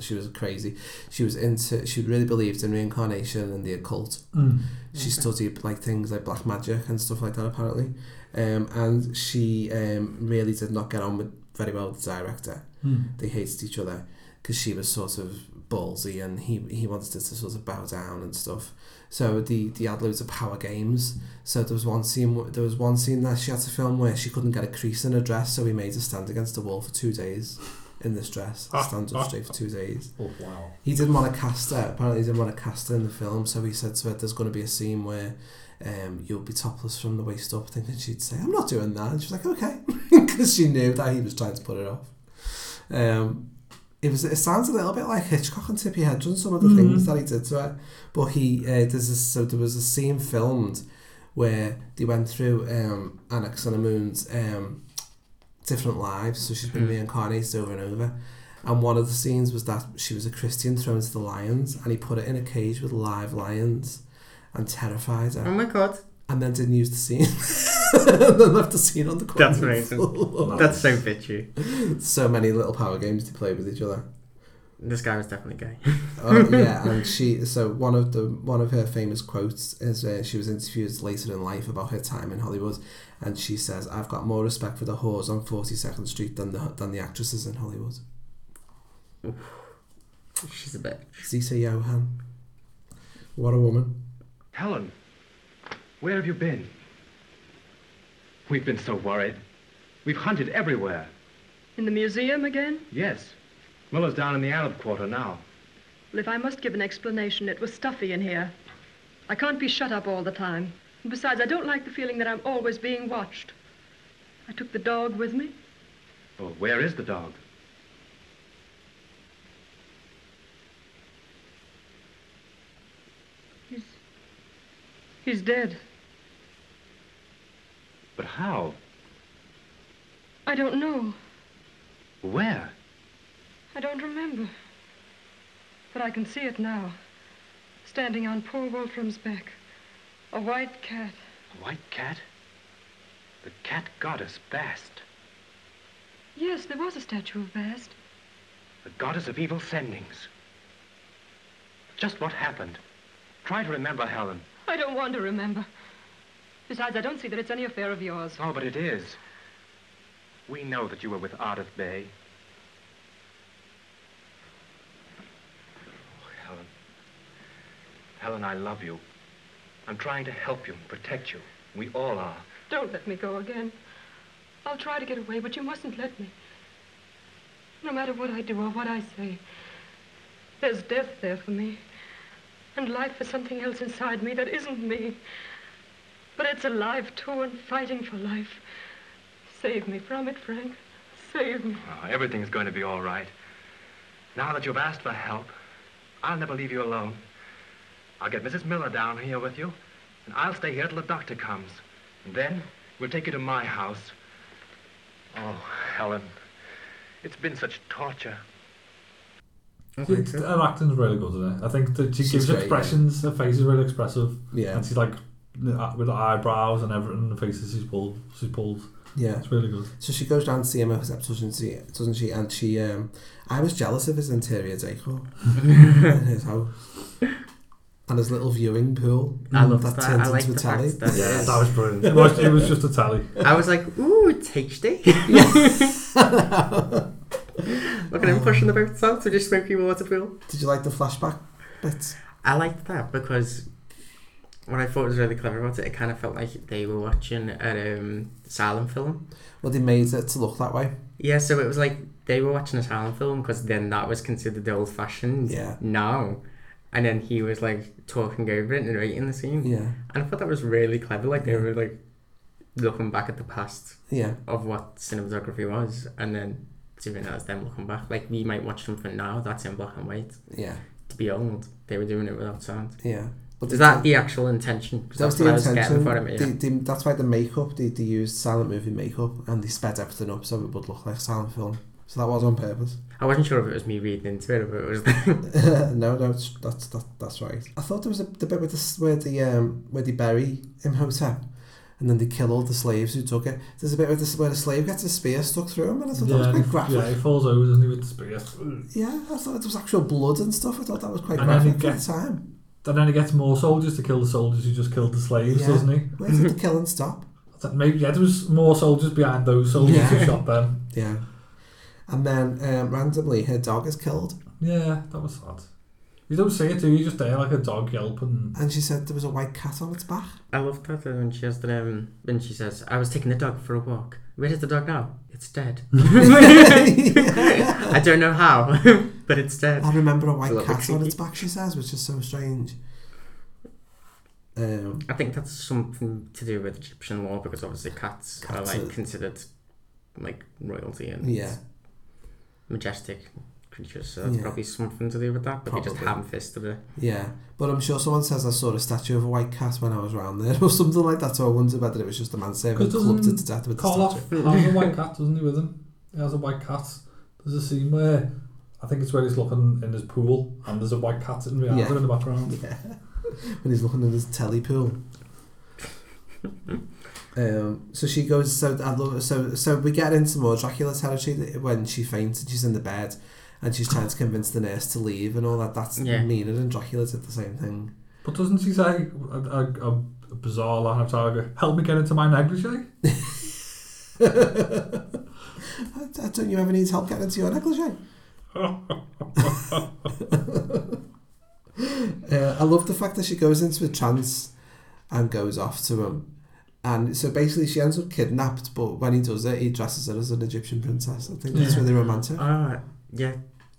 [SPEAKER 11] she was crazy. She was into she really believed in reincarnation and the occult.
[SPEAKER 13] Mm.
[SPEAKER 11] She studied like things like black magic and stuff like that apparently, um, and she um, really did not get on with very well with the director.
[SPEAKER 13] Mm.
[SPEAKER 11] They hated each other because she was sort of ballsy and he he wanted her to sort of bow down and stuff. So the the had loads of power games. So there was one scene wh- there was one scene that she had to film where she couldn't get a crease in her dress, so we made her stand against the wall for two days in this dress, stand up straight for two days.
[SPEAKER 13] Oh, wow.
[SPEAKER 11] He didn't want to cast her. Apparently, he didn't want to cast her in the film. So he said to her, "There's going to be a scene where." Um, you'll be topless from the waist up, thinking she'd say, "I'm not doing that." And she was like, "Okay," because she knew that he was trying to put it off. Um, it was. It sounds a little bit like Hitchcock and Tippy Hedge and some of the
[SPEAKER 13] Mhm.
[SPEAKER 12] Mm-hmm.
[SPEAKER 11] things that he did to her. But he uh, there's this, so there was a scene filmed where they went through um, Annex and Moon's um, different lives. So she's been
[SPEAKER 12] Mm.
[SPEAKER 13] Hmm.
[SPEAKER 11] reincarnated over and over. And one of the scenes was that she was a Christian thrown to the lions, and he put her in a cage with live lions, and terrified her.
[SPEAKER 12] Oh my god.
[SPEAKER 11] And then didn't use the scene. and then left the scene on the corner.
[SPEAKER 12] That's
[SPEAKER 11] Oh.
[SPEAKER 12] amazing. That's so bitchy.
[SPEAKER 11] so many little power games to play with each other.
[SPEAKER 12] This guy was definitely gay.
[SPEAKER 11] Oh yeah, and she so one of the one of her famous quotes is uh, she was interviewed later in life about her time in Hollywood, and she says, "I've got more respect for the whores on Forty Second Street than the than the actresses in Hollywood."
[SPEAKER 12] She's a bitch.
[SPEAKER 11] Zita Johan, what a woman!
[SPEAKER 15] Helen, where have you been? We've been so worried. We've hunted everywhere.
[SPEAKER 16] In the museum again?
[SPEAKER 15] Yes. Miller's down in the Arab quarter now.
[SPEAKER 16] Well, if I must give an explanation, it was stuffy in here. I can't be shut up all the time. And besides, I don't like the feeling that I'm always being watched. I took the dog with me.
[SPEAKER 15] Well, where is the dog?
[SPEAKER 16] He's. he's dead.
[SPEAKER 15] But how?
[SPEAKER 16] I don't know.
[SPEAKER 15] Where?
[SPEAKER 16] I don't remember. But I can see it now. Standing on poor Wolfram's back. A white cat.
[SPEAKER 15] A white cat? The cat goddess Bast,
[SPEAKER 16] Yes, there was a statue of Bast.
[SPEAKER 15] the goddess of evil sendings. Just what happened? Try to remember, Helen.
[SPEAKER 16] I don't want to remember. Besides, I don't see that it's any affair of yours.
[SPEAKER 15] Oh, but it is. We know that you were with Ardith Bay. Oh, Helen. Helen, I love you. I'm trying to help you and protect you. We all are.
[SPEAKER 16] Don't let me go again. I'll try to get away, but you mustn't let me. No matter what I do or what I say, there's death there for me, and life for something else inside me that isn't me. But it's alive too and fighting for life. Save me from it, Frank. Save me.
[SPEAKER 15] Oh, everything's going to be all right. Now that you've asked for help, I'll never leave you alone. I'll get Mrs. Miller down here with you, and I'll stay here till the doctor comes. And then we'll take you to my house. Oh, Helen, it's been such torture.
[SPEAKER 13] She, her acting's really good, isn't it? I think that she
[SPEAKER 15] She's
[SPEAKER 13] gives
[SPEAKER 15] very
[SPEAKER 13] expressions. Her face is really expressive.
[SPEAKER 11] Yeah.
[SPEAKER 13] and she's like uh, with the eyebrows and everything. The faces she's pulled, she pulls.
[SPEAKER 11] Yeah,
[SPEAKER 13] it's really good.
[SPEAKER 11] So she goes down to see him at his episode, doesn't she? Doesn't she? And she, um, I was jealous of his interior decor in his house and his little viewing pool.
[SPEAKER 12] I love
[SPEAKER 11] that.
[SPEAKER 12] that.
[SPEAKER 11] Turned
[SPEAKER 12] I like
[SPEAKER 11] into a
[SPEAKER 12] the
[SPEAKER 11] telly.
[SPEAKER 12] fact that
[SPEAKER 13] Yeah, that was brilliant. It was- it was just a telly.
[SPEAKER 12] I was like, ooh, tasty. Look at him pushing the boat song to just make people water pool.
[SPEAKER 11] Did you like the flashback bits?
[SPEAKER 12] I liked that because what I thought was really clever about it, it kind of felt like they were watching a um, silent film.
[SPEAKER 11] Well, they made it to look that way.
[SPEAKER 12] Yeah, so it was like they were watching a silent film because then that was considered old fashioned.
[SPEAKER 11] Yeah.
[SPEAKER 12] Now. And then he was like talking over it and narrating the scene.
[SPEAKER 11] Yeah.
[SPEAKER 12] And I thought that was really clever. Like they were like looking back at the past
[SPEAKER 11] Yeah.
[SPEAKER 12] of what cinematography was and then doing that as them looking back. Like we might watch something now that's in black and white.
[SPEAKER 11] Yeah.
[SPEAKER 12] To be old. They were doing it without sound.
[SPEAKER 11] Yeah. But
[SPEAKER 12] Is
[SPEAKER 11] they-
[SPEAKER 12] that the actual intention? 'Cause
[SPEAKER 11] That was
[SPEAKER 12] that's
[SPEAKER 11] the
[SPEAKER 12] what I was getting
[SPEAKER 11] intention.
[SPEAKER 12] from it, yeah.
[SPEAKER 11] They- they- that's why the makeup they, they used silent movie makeup and they sped everything up so it would look like a silent film. So that was on purpose.
[SPEAKER 12] I wasn't sure if it was me reading into it or if it was
[SPEAKER 11] no, no, it's- that's that, that's right. I thought there was a, the bit with the s- where the um where they bury Imhotep, and then they kill all the slaves who took it. There's a bit where the, s- where the slave gets a spear stuck through him, and I thought that was
[SPEAKER 13] and
[SPEAKER 11] quite
[SPEAKER 13] he-
[SPEAKER 11] graphic.
[SPEAKER 13] yeah, he falls over, doesn't he, with the spear?
[SPEAKER 11] Yeah, I thought it was actual blood and stuff. I thought that was quite
[SPEAKER 13] And then he
[SPEAKER 11] graphic at the
[SPEAKER 13] gets
[SPEAKER 11] time.
[SPEAKER 13] And then he gets more soldiers to kill the soldiers who just killed the slaves,
[SPEAKER 11] Yeah.
[SPEAKER 13] doesn't he?
[SPEAKER 11] Where did the killing stop?
[SPEAKER 13] I thought Maybe yeah, there was more soldiers behind those soldiers who
[SPEAKER 11] Yeah.
[SPEAKER 13] shot them.
[SPEAKER 11] Yeah. And then um, randomly, her dog is killed.
[SPEAKER 13] Yeah, that was sad. You don't see it, do you? You're just there like a dog yelping.
[SPEAKER 11] And she said there was a white cat on its back.
[SPEAKER 12] I love that uh, when she has the um, when she says, "I was taking the dog for a walk. Where is the dog now? It's dead. I don't know how, but it's dead."
[SPEAKER 11] I remember a
[SPEAKER 12] It's
[SPEAKER 11] white
[SPEAKER 12] a little
[SPEAKER 11] cat on its back. She says, which is so strange. Um,
[SPEAKER 12] I think that's something to do with Egyptian law because obviously cats, are
[SPEAKER 11] Cats
[SPEAKER 12] like
[SPEAKER 11] are-
[SPEAKER 12] considered like royalty and
[SPEAKER 11] Yeah.
[SPEAKER 12] majestic creatures. So that's
[SPEAKER 11] Yeah.
[SPEAKER 12] probably something to do with that, but they just
[SPEAKER 11] Probably.
[SPEAKER 12] ham fisted it.
[SPEAKER 11] Yeah, but I'm sure someone says I saw a statue of a white cat when I was round there or something like that. So I wonder whether it was just a man saying
[SPEAKER 13] Because
[SPEAKER 11] clubbed it to
[SPEAKER 13] doesn't
[SPEAKER 11] death with the
[SPEAKER 13] Karloff
[SPEAKER 11] statue.
[SPEAKER 13] has a white cat, doesn't he, with him? He has a white cat. There's a scene where I think it's where he's looking in his pool and there's a white cat sitting behind
[SPEAKER 11] Yeah.
[SPEAKER 13] him in the background.
[SPEAKER 11] Yeah. when he's looking at his telly pool. Um, so she goes. So I love. So so we get into more Dracula territory th- when she faints and she's in the bed, and she's trying to convince the nurse to leave and all that. That's
[SPEAKER 13] Yeah.
[SPEAKER 11] Mina and Dracula did the same thing.
[SPEAKER 13] But doesn't she say a, a, a- a bizarre line of tiger, help me get into my negligee?
[SPEAKER 11] I, I don't you ever need help getting into your negligee? uh, I love the fact that she goes into a trance and goes off to him. And so basically, she ends up kidnapped, but when he does it, he dresses her as an Egyptian princess. I think that's
[SPEAKER 12] Yeah.
[SPEAKER 11] really romantic.
[SPEAKER 12] Ah, yeah.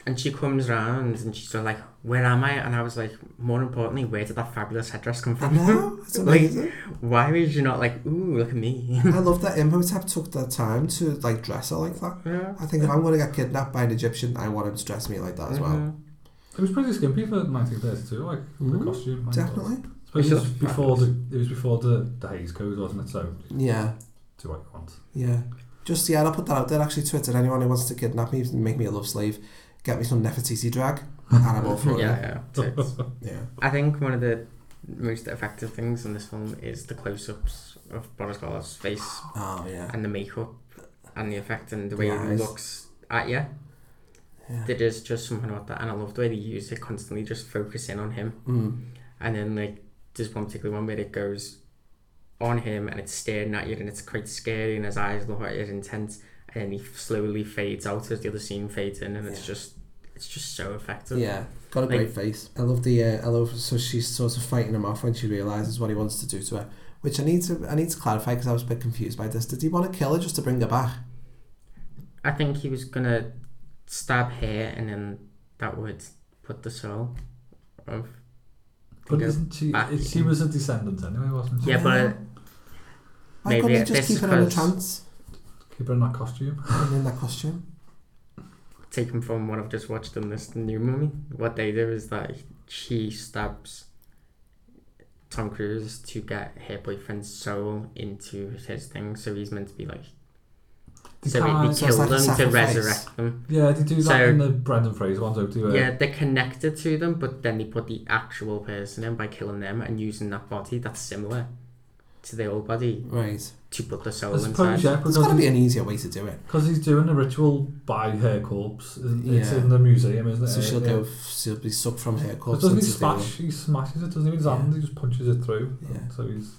[SPEAKER 12] And she comes round and she's sort of like, "Where am I?" And I was like, "More importantly, where did that fabulous headdress come from?"
[SPEAKER 11] know, it's
[SPEAKER 12] like,
[SPEAKER 11] amazing.
[SPEAKER 12] why was you not like, "Ooh, look at me"?
[SPEAKER 11] I love that Imhotep took the time to like dress her like that.
[SPEAKER 12] Yeah.
[SPEAKER 11] I think if I'm going to get kidnapped by an Egyptian, I want him to dress me like that as well.
[SPEAKER 12] Mm-hmm.
[SPEAKER 13] It was pretty skimpy for 1932, like the costume. I
[SPEAKER 11] definitely.
[SPEAKER 13] thought. But it was before the it was before the, the Hayes Code, wasn't it? So
[SPEAKER 11] Yeah.
[SPEAKER 13] do what you want.
[SPEAKER 11] Yeah. Just yeah, and I'll put that out there. Actually, Twitter. Anyone who wants to kidnap me, make me a love slave, get me some Nefertiti drag. animal for
[SPEAKER 12] yeah,
[SPEAKER 11] you.
[SPEAKER 12] yeah, tits.
[SPEAKER 11] yeah.
[SPEAKER 12] I think one of the most effective things in this film is the close-ups of Boris Karloff's face.
[SPEAKER 11] Oh, yeah.
[SPEAKER 12] And the makeup and the effect and the
[SPEAKER 11] The
[SPEAKER 12] way
[SPEAKER 11] eyes.
[SPEAKER 12] it looks at you.
[SPEAKER 11] Yeah.
[SPEAKER 12] There is just something about that, and I love the way they use it constantly, just focus in on him.
[SPEAKER 11] Mm.
[SPEAKER 12] And then like there's one particular one where it goes on him and it's staring at you and it's quite scary and his eyes look at you intense and then he slowly fades out as the other scene fades in and it's just it's just so effective.
[SPEAKER 11] Yeah, got a
[SPEAKER 12] Like,
[SPEAKER 11] great face. I love the. Uh, I love so she's sort of fighting him off when she realizes what he wants to do to her. Which I need to I need to clarify because I was a bit confused by this. Did he want to kill her just to bring her back?
[SPEAKER 12] I think he was gonna stab here, and then that would put the soul of.
[SPEAKER 13] But isn't she?
[SPEAKER 12] back
[SPEAKER 13] it- she
[SPEAKER 12] in.
[SPEAKER 13] was a descendant anyway, wasn't she?
[SPEAKER 12] Yeah, but
[SPEAKER 11] Why couldn't
[SPEAKER 12] maybe
[SPEAKER 11] he just
[SPEAKER 12] this
[SPEAKER 11] keep
[SPEAKER 12] is
[SPEAKER 11] her in a
[SPEAKER 12] because
[SPEAKER 11] trance?
[SPEAKER 13] Keep her in that costume.
[SPEAKER 11] And in that costume.
[SPEAKER 12] taken from what I've just watched in this new movie, what they do is that she stabs Tom Cruise to get her boyfriend's soul into his thing, so he's meant to be like.
[SPEAKER 13] They
[SPEAKER 12] so they-
[SPEAKER 13] can't-
[SPEAKER 12] they
[SPEAKER 13] so
[SPEAKER 12] kill
[SPEAKER 13] it's like a
[SPEAKER 12] them to
[SPEAKER 13] sacrifice.
[SPEAKER 12] resurrect them.
[SPEAKER 13] Yeah, they do that
[SPEAKER 12] So-
[SPEAKER 13] in the Brendan Fraser ones, don't they? where-
[SPEAKER 12] Yeah, they're connected to them, but then they put the actual person in by killing them and using that body that's similar to the old body.
[SPEAKER 11] Right.
[SPEAKER 12] To put the soul
[SPEAKER 13] I
[SPEAKER 12] inside.
[SPEAKER 13] suppose, yeah,
[SPEAKER 11] There's got to be an easier way to do it.
[SPEAKER 13] Because he's doing a ritual by her corpse. isn't it? It's
[SPEAKER 11] Yeah.
[SPEAKER 13] in the museum, isn't it?
[SPEAKER 11] So she'll
[SPEAKER 13] Yeah.
[SPEAKER 11] go. She'll be sucked from her
[SPEAKER 13] But
[SPEAKER 11] corpse.
[SPEAKER 13] doesn't he
[SPEAKER 11] into the
[SPEAKER 13] smash?
[SPEAKER 11] one.
[SPEAKER 13] He smashes it. Doesn't he? With his hand, he just punches it through.
[SPEAKER 11] Yeah.
[SPEAKER 13] So he's.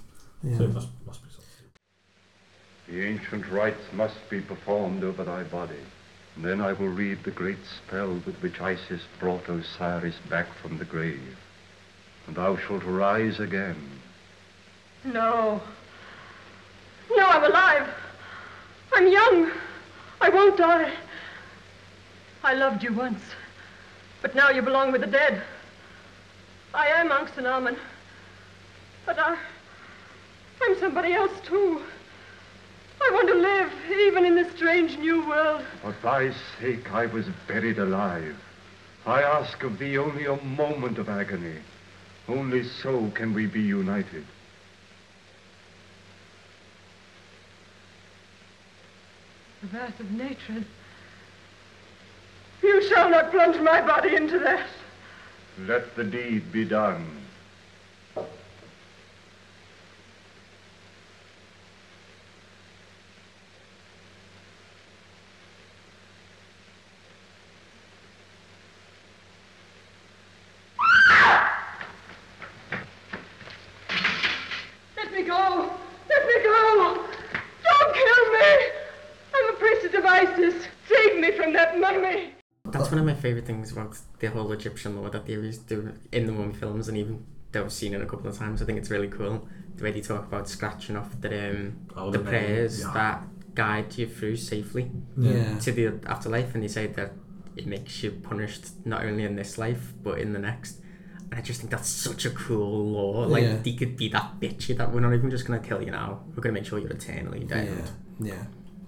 [SPEAKER 11] Yeah.
[SPEAKER 13] So it must, must be something.
[SPEAKER 10] The ancient rites must be performed over thy body. And then I will read the great spell with which Isis brought Osiris back from the grave. And thou shalt rise again.
[SPEAKER 16] No. No, I'm alive. I'm young. I won't die. I loved you once, but now you belong with the dead. I am Anxan Aman, but I, I'm somebody else too. I want to live, even in this strange new world.
[SPEAKER 10] For thy sake I was buried alive. I ask of thee only a moment of agony. Only so can we be united.
[SPEAKER 16] The wrath of nature. You shall not plunge my body into that.
[SPEAKER 10] Let the deed be done.
[SPEAKER 16] Let me go! Let me go! Don't kill me! I'm a priestess of Isis. Save me from that mummy!
[SPEAKER 12] That's one of my favourite things about the whole Egyptian lore that they always do in the mummy films, and even though I've seen it a couple of times, I think it's really cool the way they talk about scratching off the um,
[SPEAKER 13] Oh,
[SPEAKER 12] the
[SPEAKER 13] the name,
[SPEAKER 12] prayers
[SPEAKER 13] yeah.
[SPEAKER 12] that guide you through safely
[SPEAKER 13] Yeah. Yeah.
[SPEAKER 12] to the afterlife, and they say that it makes you punished not only in this life but in the next. And I just think that's such a cool law. Like
[SPEAKER 11] Yeah.
[SPEAKER 12] they could be that bitchy that we're not even just gonna kill you now. We're gonna make sure you're eternally dead.
[SPEAKER 11] Yeah.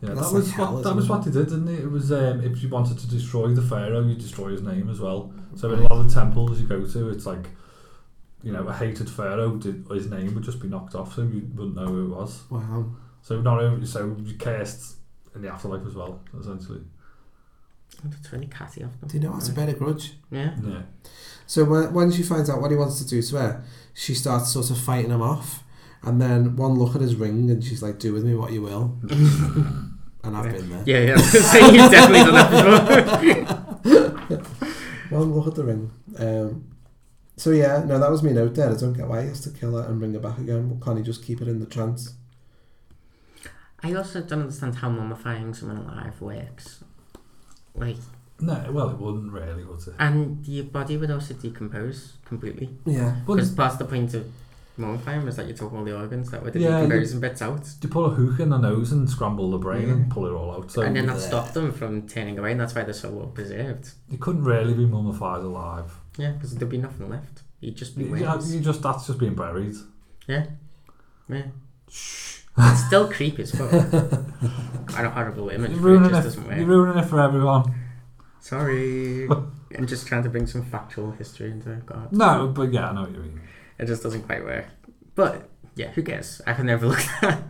[SPEAKER 13] Yeah,
[SPEAKER 11] That's
[SPEAKER 13] that was
[SPEAKER 11] like hell,
[SPEAKER 13] what,
[SPEAKER 11] isn't
[SPEAKER 13] that was
[SPEAKER 11] it?
[SPEAKER 13] what they did, didn't it? It was um, if you wanted to destroy the pharaoh, you destroy his name as well. So in a lot of the temples you go to, it's like, you know, a hated pharaoh, did, his name would just be knocked off, so you wouldn't know who it was.
[SPEAKER 11] Wow.
[SPEAKER 13] So not only so you cursed in the afterlife as well, essentially.
[SPEAKER 12] That's really catty of them.
[SPEAKER 11] Do you know how to bear a grudge?
[SPEAKER 12] Yeah.
[SPEAKER 11] Mm-hmm.
[SPEAKER 13] Yeah.
[SPEAKER 11] So when, when she finds out what he wants to do to her, she starts sort of fighting him off. And then one look at his ring, and she's like, "Do with me what you will." and I've been there.
[SPEAKER 12] Yeah, yeah. So you've definitely done that before.
[SPEAKER 11] one look at the ring. Um, so yeah, no, that was me note there. I don't get why he has to kill her and bring her back again. Can't he just keep her in the trance?
[SPEAKER 12] I also don't understand how mummifying someone alive works. Like,
[SPEAKER 13] No, well, it wouldn't really, would it?
[SPEAKER 12] and your body would also decompose completely.
[SPEAKER 13] Yeah.
[SPEAKER 12] Because that's the point of mummifying was that you took all the organs that were the
[SPEAKER 13] Yeah, you-
[SPEAKER 12] decomposing bits out.
[SPEAKER 13] You pull a hook in the nose and scramble the brain and
[SPEAKER 12] Yeah.
[SPEAKER 13] pull it all out. So
[SPEAKER 12] and then that
[SPEAKER 13] you-
[SPEAKER 12] stopped them from turning away, and that's why they're so well preserved.
[SPEAKER 13] You couldn't really be mummified alive.
[SPEAKER 12] Yeah, because there'd be nothing left. You'd just be
[SPEAKER 13] You,
[SPEAKER 12] waves.
[SPEAKER 13] you just that's just being buried.
[SPEAKER 12] Yeah. Yeah. It's still creepy as fuck. and a horrible image.
[SPEAKER 13] You're
[SPEAKER 12] but it
[SPEAKER 13] ruining
[SPEAKER 12] just
[SPEAKER 13] it.
[SPEAKER 12] doesn't work.
[SPEAKER 13] You're ruining it for everyone.
[SPEAKER 12] Sorry. I'm just trying to bring some factual history into it. God.
[SPEAKER 13] No, but yeah, I know what you mean.
[SPEAKER 12] It just doesn't quite work. But yeah, who cares? I can never look at that.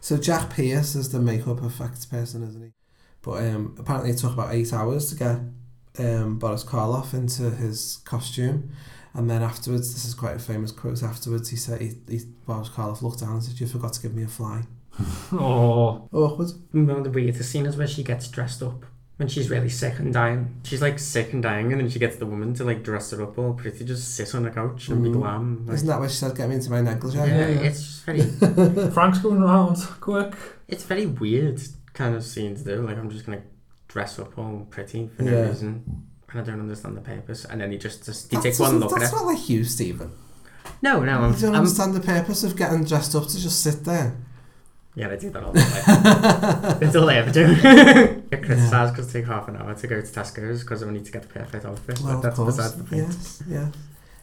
[SPEAKER 11] So Jack Pierce is the makeup effects person, isn't he? But um, apparently it took about eight hours to get um, Boris Karloff into his costume. And then afterwards, this is quite a famous quote. Afterwards, he said, he, he, Boris Karloff looked down and said, You forgot to give me a fly.
[SPEAKER 13] Oh.
[SPEAKER 11] Awkward.
[SPEAKER 12] One of the weirdest scenes is where she gets dressed up when she's really sick and dying. She's like sick and dying, and then she gets the woman to like dress her up all pretty, just sit on the couch and be
[SPEAKER 11] Mm.
[SPEAKER 12] glam. like-
[SPEAKER 11] Isn't that where she said, Get me into my negligee?
[SPEAKER 12] Yeah, it's just very.
[SPEAKER 13] Frank's going around quick.
[SPEAKER 12] It's very weird kind of scene to do. Like I'm just gonna dress up all pretty for no
[SPEAKER 11] Yeah.
[SPEAKER 12] reason, and I don't understand the purpose. And then he just, just he
[SPEAKER 11] That
[SPEAKER 12] takes one
[SPEAKER 11] doesn't-
[SPEAKER 12] look at
[SPEAKER 11] That's
[SPEAKER 12] it.
[SPEAKER 11] not like you, Stephen.
[SPEAKER 12] No, no, I'm-
[SPEAKER 11] You don't
[SPEAKER 12] I'm-
[SPEAKER 11] understand the purpose of getting dressed up to just sit there.
[SPEAKER 12] Yeah, they do that all the time. That's all they ever do. Get criticised because take half an hour to go to Tesco's because I need to get the perfect outfit.
[SPEAKER 11] Well,
[SPEAKER 12] but that's
[SPEAKER 11] of course.
[SPEAKER 12] besides the point.
[SPEAKER 11] Yes, yeah.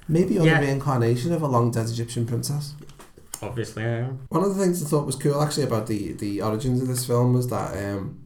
[SPEAKER 11] Maybe you're
[SPEAKER 12] Yeah.
[SPEAKER 11] the reincarnation of a long dead Egyptian princess.
[SPEAKER 12] Obviously, um, I am.
[SPEAKER 11] One of the things I thought was cool actually about the, the origins of this film was that um,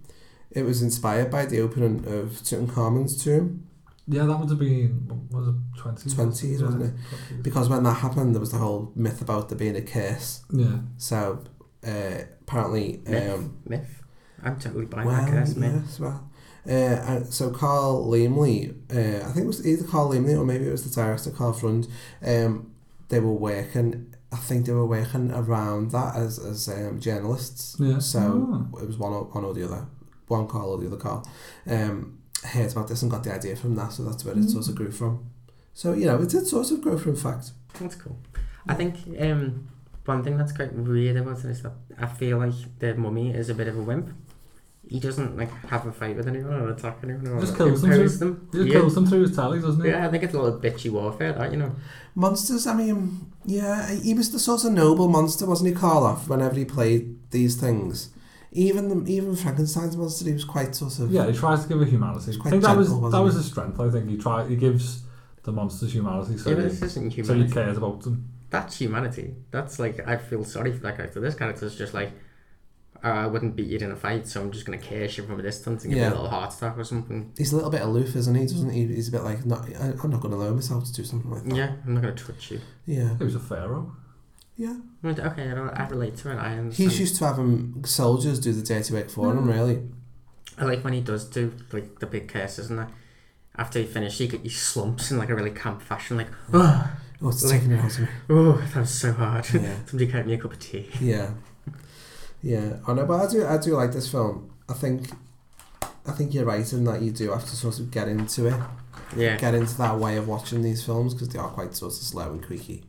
[SPEAKER 11] it was inspired by the opening of Tutankhamun's tomb,
[SPEAKER 13] Yeah, that would have been what was it twenty?
[SPEAKER 11] 20s, wasn't it? Because when that happened, there was the whole myth about there being a curse.
[SPEAKER 13] Yeah.
[SPEAKER 11] So uh, apparently.
[SPEAKER 12] Myth.
[SPEAKER 11] Um,
[SPEAKER 12] myth. I'm totally buying
[SPEAKER 11] Well,
[SPEAKER 12] that guess, myth.
[SPEAKER 11] yes, well. Uh, and so Carl Laimley, uh, I think it was either Carl Laimley or maybe it was the director Carl Frund. Um, they were working. I think they were working around that as as um, journalists.
[SPEAKER 13] Yeah.
[SPEAKER 11] So it was one or one or the other, one Carl or the other Carl. Um, heard about this and got the idea from that, so that's where it sort of grew from. So you know, it did sort of grow from fact.
[SPEAKER 12] That's cool. I think um, one thing that's quite weird about it is that I feel like the mummy is a bit of a wimp. He doesn't like have a fight with anyone or attack anyone or
[SPEAKER 13] Just kills them
[SPEAKER 12] impose
[SPEAKER 13] through-
[SPEAKER 12] them.
[SPEAKER 13] just
[SPEAKER 12] yeah.
[SPEAKER 13] kills them through his tallies, doesn't he?
[SPEAKER 12] Yeah, I think it's a little bitchy warfare, that you know.
[SPEAKER 11] Monsters, I mean, yeah, he was the sort of noble monster, wasn't he, Karloff, whenever he played these things? Even the, even Frankenstein's monster, he was quite sort of.
[SPEAKER 13] Yeah, he tries to give it humanity.
[SPEAKER 11] It's
[SPEAKER 13] I
[SPEAKER 11] quite
[SPEAKER 13] think that was
[SPEAKER 11] gentle,
[SPEAKER 13] that
[SPEAKER 11] wasn't
[SPEAKER 13] was
[SPEAKER 11] it?
[SPEAKER 13] his strength. I think he try he gives the monsters humanity, so
[SPEAKER 12] Yeah, but
[SPEAKER 13] he,
[SPEAKER 12] this isn't
[SPEAKER 13] so he
[SPEAKER 12] humanity.
[SPEAKER 13] cares about them.
[SPEAKER 12] That's humanity. That's like I feel sorry for that character. This character's just like uh, I wouldn't beat you in a fight, so I'm just gonna curse you from a distance and give you
[SPEAKER 11] Yeah.
[SPEAKER 12] a little heart attack or something.
[SPEAKER 11] He's a little bit aloof, isn't he? Doesn't he? He's a bit like, not, I- I'm not going to allow myself to do something like that.
[SPEAKER 12] Yeah, I'm not gonna touch you.
[SPEAKER 11] Yeah.
[SPEAKER 13] He was a pharaoh.
[SPEAKER 11] Yeah.
[SPEAKER 12] Okay, I, don't, I relate to it. I understand.
[SPEAKER 11] He's used to having soldiers do the dirty work for him,
[SPEAKER 12] Mm.
[SPEAKER 11] really.
[SPEAKER 12] I like when he does do like the big curses isn't it? After he finishes, he, he slumps in like a really camp fashion, like oh,
[SPEAKER 11] Oh, it's
[SPEAKER 12] like,
[SPEAKER 11] taking it out of me.
[SPEAKER 12] oh, that was so hard.
[SPEAKER 11] Yeah.
[SPEAKER 12] Somebody get me a cup of tea.
[SPEAKER 11] Yeah. Yeah, I know, but I do, I do like this film. I think, I think you're right in that you do have to sort of get into it.
[SPEAKER 12] Yeah.
[SPEAKER 11] Get into that way of watching these films because they are quite sort of slow and creaky.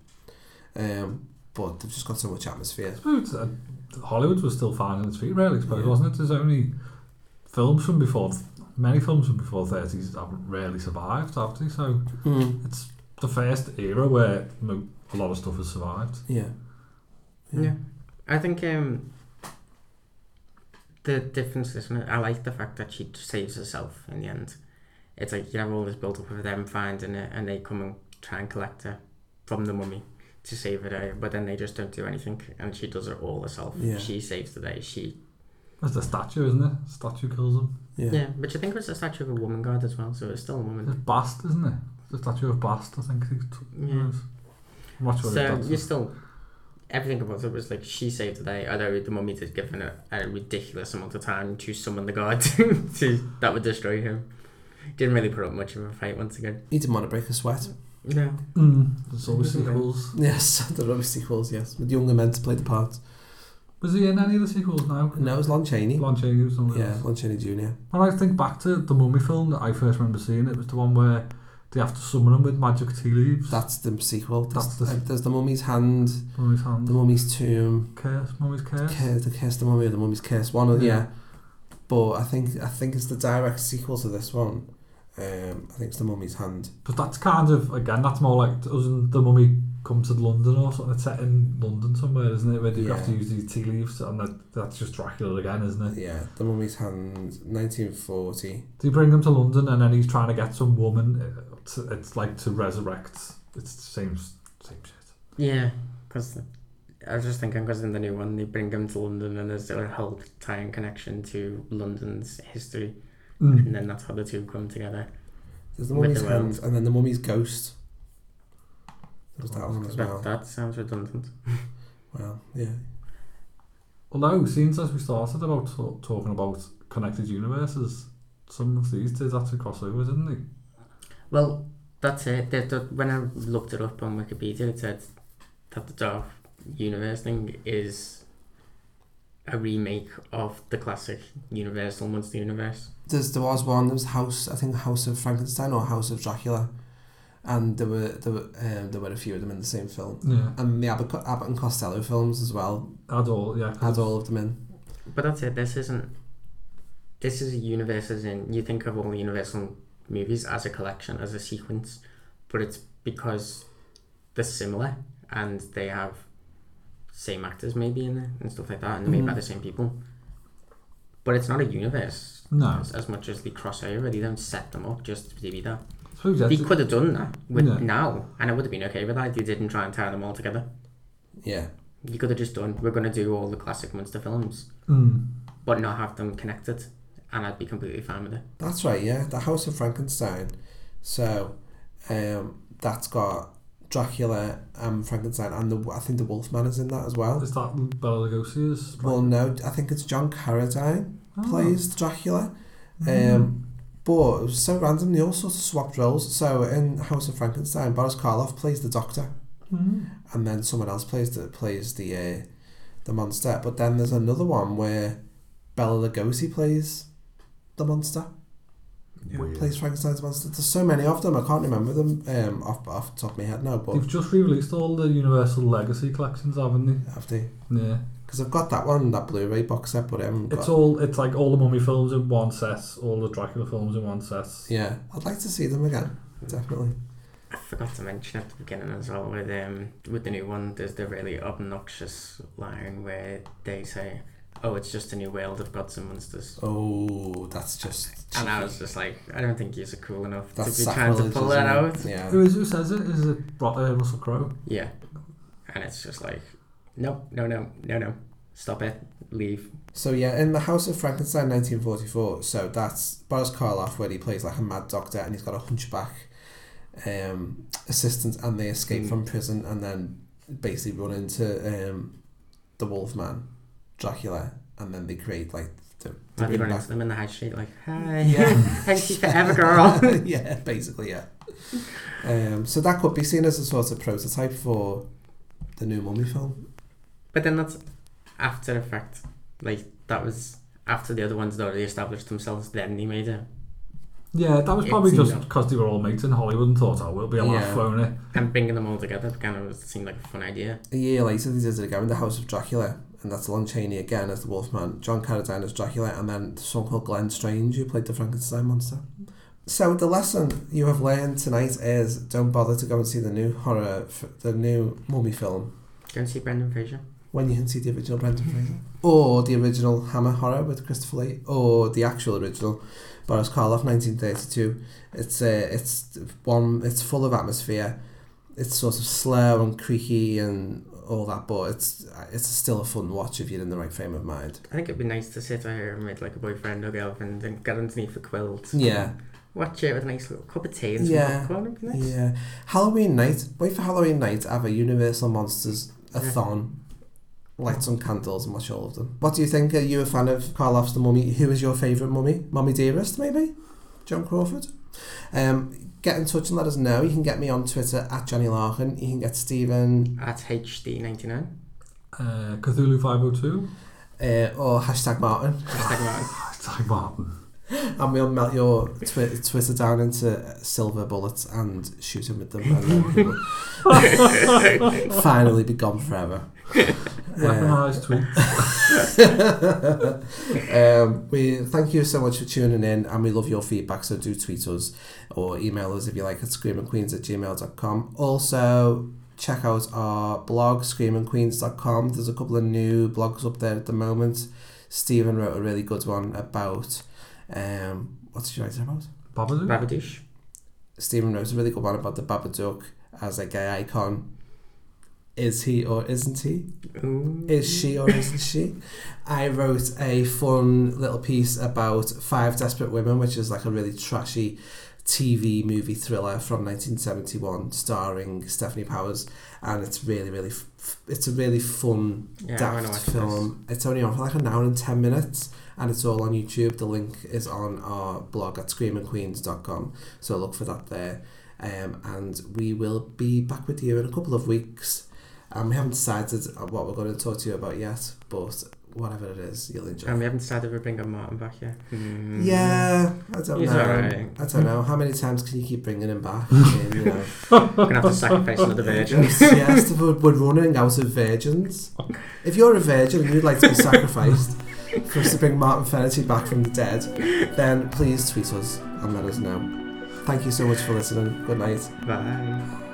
[SPEAKER 11] Um, but they've just got so much atmosphere.
[SPEAKER 13] But, uh, Hollywood was still finding its feet, really. I suppose wasn't it? There's only films from before, many films from before thirties haven't really survived, have they? So
[SPEAKER 11] Mm.
[SPEAKER 13] it's the first era where mo- a lot of stuff has survived.
[SPEAKER 11] Yeah.
[SPEAKER 12] Yeah. I think um, the difference is, I like the fact that she saves herself in the end. It's like you have all this build up of them finding it, and they come and try and collect her from the mummy to save her day, but then they just don't do anything, and she does it all herself.
[SPEAKER 13] Yeah.
[SPEAKER 12] She saves the day. She
[SPEAKER 13] That's the statue, isn't it? Statue kills him.
[SPEAKER 12] yeah. But you think it was a statue of a woman god as well, so it's still a
[SPEAKER 13] It's
[SPEAKER 12] woman.
[SPEAKER 13] Bast, isn't it? The statue of Bast, I think. It's,
[SPEAKER 12] Yeah.
[SPEAKER 13] I'm not sure
[SPEAKER 12] So
[SPEAKER 13] if that's
[SPEAKER 12] you
[SPEAKER 13] it.
[SPEAKER 12] still everything about it was like she saved the day, although the mummy did give her a, a ridiculous amount of time to summon the god to that would destroy him. Didn't really put up much of a fight once again.
[SPEAKER 11] He didn't want to break a sweat.
[SPEAKER 12] No.
[SPEAKER 13] Mm, there's always
[SPEAKER 12] Doesn't it?
[SPEAKER 13] sequels.
[SPEAKER 11] Yes, there are obviously sequels, yes. With younger men to play the parts.
[SPEAKER 13] Was he in any of the sequels now?
[SPEAKER 11] No, it was Lon Chaney.
[SPEAKER 13] Lon Chaney was on
[SPEAKER 11] Yeah, Lon Chaney Jr.
[SPEAKER 13] When I think back to the Mummy film that I first remember seeing, it was the one where they have to summon him with magic tea leaves.
[SPEAKER 11] That's the sequel. There's,
[SPEAKER 13] That's the
[SPEAKER 11] uh, there's the Mummy's Hand,
[SPEAKER 13] Mummy's hand.
[SPEAKER 11] the Mummy's Tomb,
[SPEAKER 13] Curse, Mummy's curse.
[SPEAKER 11] Cur- the Curse, the Mummy, or the Mummy's Curse. One of
[SPEAKER 13] Yeah.
[SPEAKER 11] yeah. But I think I think it's the direct sequel to this one. Um, I think it's the Mummy's Hand.
[SPEAKER 13] But that's kind of again, that's more like us and the mummy come to London or something. It's set in London somewhere, isn't it? Where you have to
[SPEAKER 11] Yeah.
[SPEAKER 13] use these tea leaves, and that, that's just Dracula again, isn't it?
[SPEAKER 11] Yeah, the Mummy's Hand, 1940.
[SPEAKER 13] They bring him to London, and then he's trying to get some woman. uh, To, it's like to resurrect. It's the same s- same shit.
[SPEAKER 12] Yeah, because I was just thinking because in the new one they bring him to London and there's a whole tying connection to London's history,
[SPEAKER 13] Mm.
[SPEAKER 12] and then that's how the two come together.
[SPEAKER 11] There's the
[SPEAKER 12] with
[SPEAKER 11] Mummy's
[SPEAKER 12] world.
[SPEAKER 11] Hand, and then the Mummy's Ghost. There's that one as well.
[SPEAKER 12] That, that sounds redundant.
[SPEAKER 11] Well, yeah.
[SPEAKER 13] Although, since as we started about t- talking about connected universes, some of these did have to cross over, didn't they?
[SPEAKER 12] Well, that's it. They- they- when I looked it up on Wikipedia, it said that the Dark Universe thing is a remake of the classic Universal Monster Universe.
[SPEAKER 11] There's, there was one. There was House. I think House of Frankenstein or House of Dracula, and there were there were um, there were a few of them in the same film.
[SPEAKER 13] Yeah.
[SPEAKER 11] And the Abbott, Abbott and Costello films as well.
[SPEAKER 13] Had all yeah.
[SPEAKER 11] Had all of them in.
[SPEAKER 12] But that's it. This isn't. This is a universe as in you think of all the Universal movies as a collection, as a sequence, but it's because they're similar and they have same actors maybe in there and stuff like that, and they're made by
[SPEAKER 13] Mhm.
[SPEAKER 12] the same people. But it's not a universe.
[SPEAKER 13] No.
[SPEAKER 12] As, as much as they cross over, they don't set them up just to be that.
[SPEAKER 13] Suppose that's
[SPEAKER 12] They
[SPEAKER 13] it.
[SPEAKER 12] could have done that with
[SPEAKER 13] Yeah.
[SPEAKER 12] now, and I would have been okay with that. if They didn't try and tie them all together.
[SPEAKER 11] Yeah.
[SPEAKER 12] You could have just done. We're gonna do all the classic monster films,
[SPEAKER 13] Mm.
[SPEAKER 12] but not have them connected, and I'd be completely fine with it.
[SPEAKER 11] That's right, yeah. The House of Frankenstein. So, um, that's got Dracula and Frankenstein, and the I think the Wolfman is in that as well.
[SPEAKER 13] Is that Bela Lugosi's?
[SPEAKER 11] Well, no, I think it's John Carradine
[SPEAKER 13] Oh.
[SPEAKER 11] plays Dracula.
[SPEAKER 13] Mm.
[SPEAKER 11] Um, but it was so random. They all sort of swapped roles. So in House of Frankenstein, Boris Karloff plays the Doctor,
[SPEAKER 13] Mm.
[SPEAKER 11] and then someone else plays the plays the uh, the monster. But then there's another one where Bella Lugosi plays the monster. Plays Frankenstein's monster. There's so many of them. I can't remember them um, off off the top of my head now. But
[SPEAKER 13] They've just re-released all the Universal Legacy collections, haven't they?
[SPEAKER 11] Have they?
[SPEAKER 13] Yeah.
[SPEAKER 11] Because I've got that one, that Blu-ray box set, but I haven't got.
[SPEAKER 13] It's all it's like all the mummy films in one set, all the Dracula films in one set.
[SPEAKER 11] Yeah, I'd like to see them again. Definitely.
[SPEAKER 12] I forgot to mention at the beginning as well with um with the new one. There's the really obnoxious line where they say, "Oh, it's just a new world of gods and monsters."
[SPEAKER 11] Oh, that's just.
[SPEAKER 12] And I was just like, I don't think you're cool enough
[SPEAKER 11] That's
[SPEAKER 12] to be trying to
[SPEAKER 11] sacrilege,
[SPEAKER 12] pull that
[SPEAKER 11] isn't
[SPEAKER 12] out.
[SPEAKER 11] it? Yeah.
[SPEAKER 13] Who is who says it? Is it Ro- uh, Russell Crowe?
[SPEAKER 12] Yeah. And it's just like, no, no, no, no, no. Stop it. Leave.
[SPEAKER 11] So yeah, in the House of Frankenstein, nineteen forty-four. So that's Boris Karloff, where he plays like a mad doctor, and he's got a hunchback um, assistant, and they escape from prison, and then basically run into um, the Wolfman, Dracula, and then they create like the. the
[SPEAKER 12] I'd be
[SPEAKER 11] ring
[SPEAKER 12] running
[SPEAKER 11] back-
[SPEAKER 12] to them in the high street like, hi.
[SPEAKER 11] Yeah.
[SPEAKER 12] Thank you forever, girl.
[SPEAKER 11] yeah, basically, yeah. Um, so that could be seen as a sort of prototype for the new Mummy film.
[SPEAKER 12] But then that's after the fact. Like, that was after the other ones had already established themselves, then they made it.
[SPEAKER 13] Yeah, that was
[SPEAKER 12] It
[SPEAKER 13] probably
[SPEAKER 12] seemed
[SPEAKER 13] just
[SPEAKER 12] like-
[SPEAKER 13] because they were all mates in Hollywood and thought, oh, we'll be a laugh, won't it?
[SPEAKER 12] And bringing them all together kind of seemed like a fun idea.
[SPEAKER 11] E A year later, they did it again with the House of Dracula, and that's Lon Chaney again as the Wolfman, John Carradine as Dracula, and then someone called Glenn Strange who played the Frankenstein monster. So the lesson you have learned tonight is don't bother to go and see the new horror, f- the new mummy film
[SPEAKER 12] Go and see Brendan Fraser.
[SPEAKER 11] when you can see the original Brendan Fraser, or the original Hammer horror with Christopher Lee, or the actual original Boris Karloff, nineteen thirty-two. It's uh, it's one. It's full of atmosphere. It's sort of slow and creaky and all that, but it's it's still a fun watch if you're in the right frame of mind.
[SPEAKER 12] I think it'd be nice to sit here with like a boyfriend or girlfriend and get underneath a quilt.
[SPEAKER 11] Yeah.
[SPEAKER 12] Watch it with a nice little cup of tea and some
[SPEAKER 11] Yeah,
[SPEAKER 12] popcorn. It'd be nice.
[SPEAKER 11] yeah. Halloween night. Wait for Halloween night. Have a Universal Monsters a thon. Light some candles and watch all of them. What do you think? Are you a fan of Karloff's The Mummy? Who is your favourite mummy? Mummy Dearest, maybe? John Crawford? Um, get in touch and let us know. You can get me on Twitter at Johnny Larkin. You can get Stephen
[SPEAKER 12] At HD99.
[SPEAKER 13] Uh, Cthulhu 502.
[SPEAKER 11] Uh, or hashtag Martin.
[SPEAKER 12] Hashtag Martin.
[SPEAKER 13] hashtag Martin.
[SPEAKER 11] And we'll melt your twi- Twitter down into silver bullets and shoot him with them. And then he will finally be gone forever.
[SPEAKER 13] Weaponized
[SPEAKER 11] tweets. um, we thank you so much for tuning in, and we love your feedback. So do tweet us or email us if you like at screamingqueens at gmail.com. Also, check out our blog, screamingqueens.com. There's a couple of new blogs up there at the moment. Stephen wrote a really good one about um, what did you write about?
[SPEAKER 13] Babadook.
[SPEAKER 12] Babadoosh.
[SPEAKER 11] Stephen wrote a really good one about the Babadook as a gay icon. Is he or isn't he? Is she or isn't she? I wrote a fun little piece about Five Desperate Women, which is like a really trashy TV movie thriller from 1971 starring Stephanie Powers and it's really really f- it's a really fun
[SPEAKER 12] Yeah, I wanna
[SPEAKER 11] daft
[SPEAKER 12] watch
[SPEAKER 11] film it's only on for like an hour and 10 minutes and it's all on YouTube the link is on our blog at screamingqueens.com so look for that there um, and we will be back with you in a couple of weeks and we haven't decided what we're going to talk to you about yet but whatever it is you'll enjoy
[SPEAKER 12] And we haven't decided if we bring up Martin back yet. Hmm.
[SPEAKER 11] yeah, I don't
[SPEAKER 12] He's
[SPEAKER 11] know.
[SPEAKER 12] alright.
[SPEAKER 11] I don't know. How many times can you keep bringing him back? I mean, you know.
[SPEAKER 12] We're gonna have to sacrifice another virgin.
[SPEAKER 11] Yes, yes, we're we're running out of virgins. If you're a virgin and you'd like to be sacrificed for us to bring Martin Fennerty back from the dead, then please tweet us and let us know. Thank you so much for listening. Good night.
[SPEAKER 12] Bye.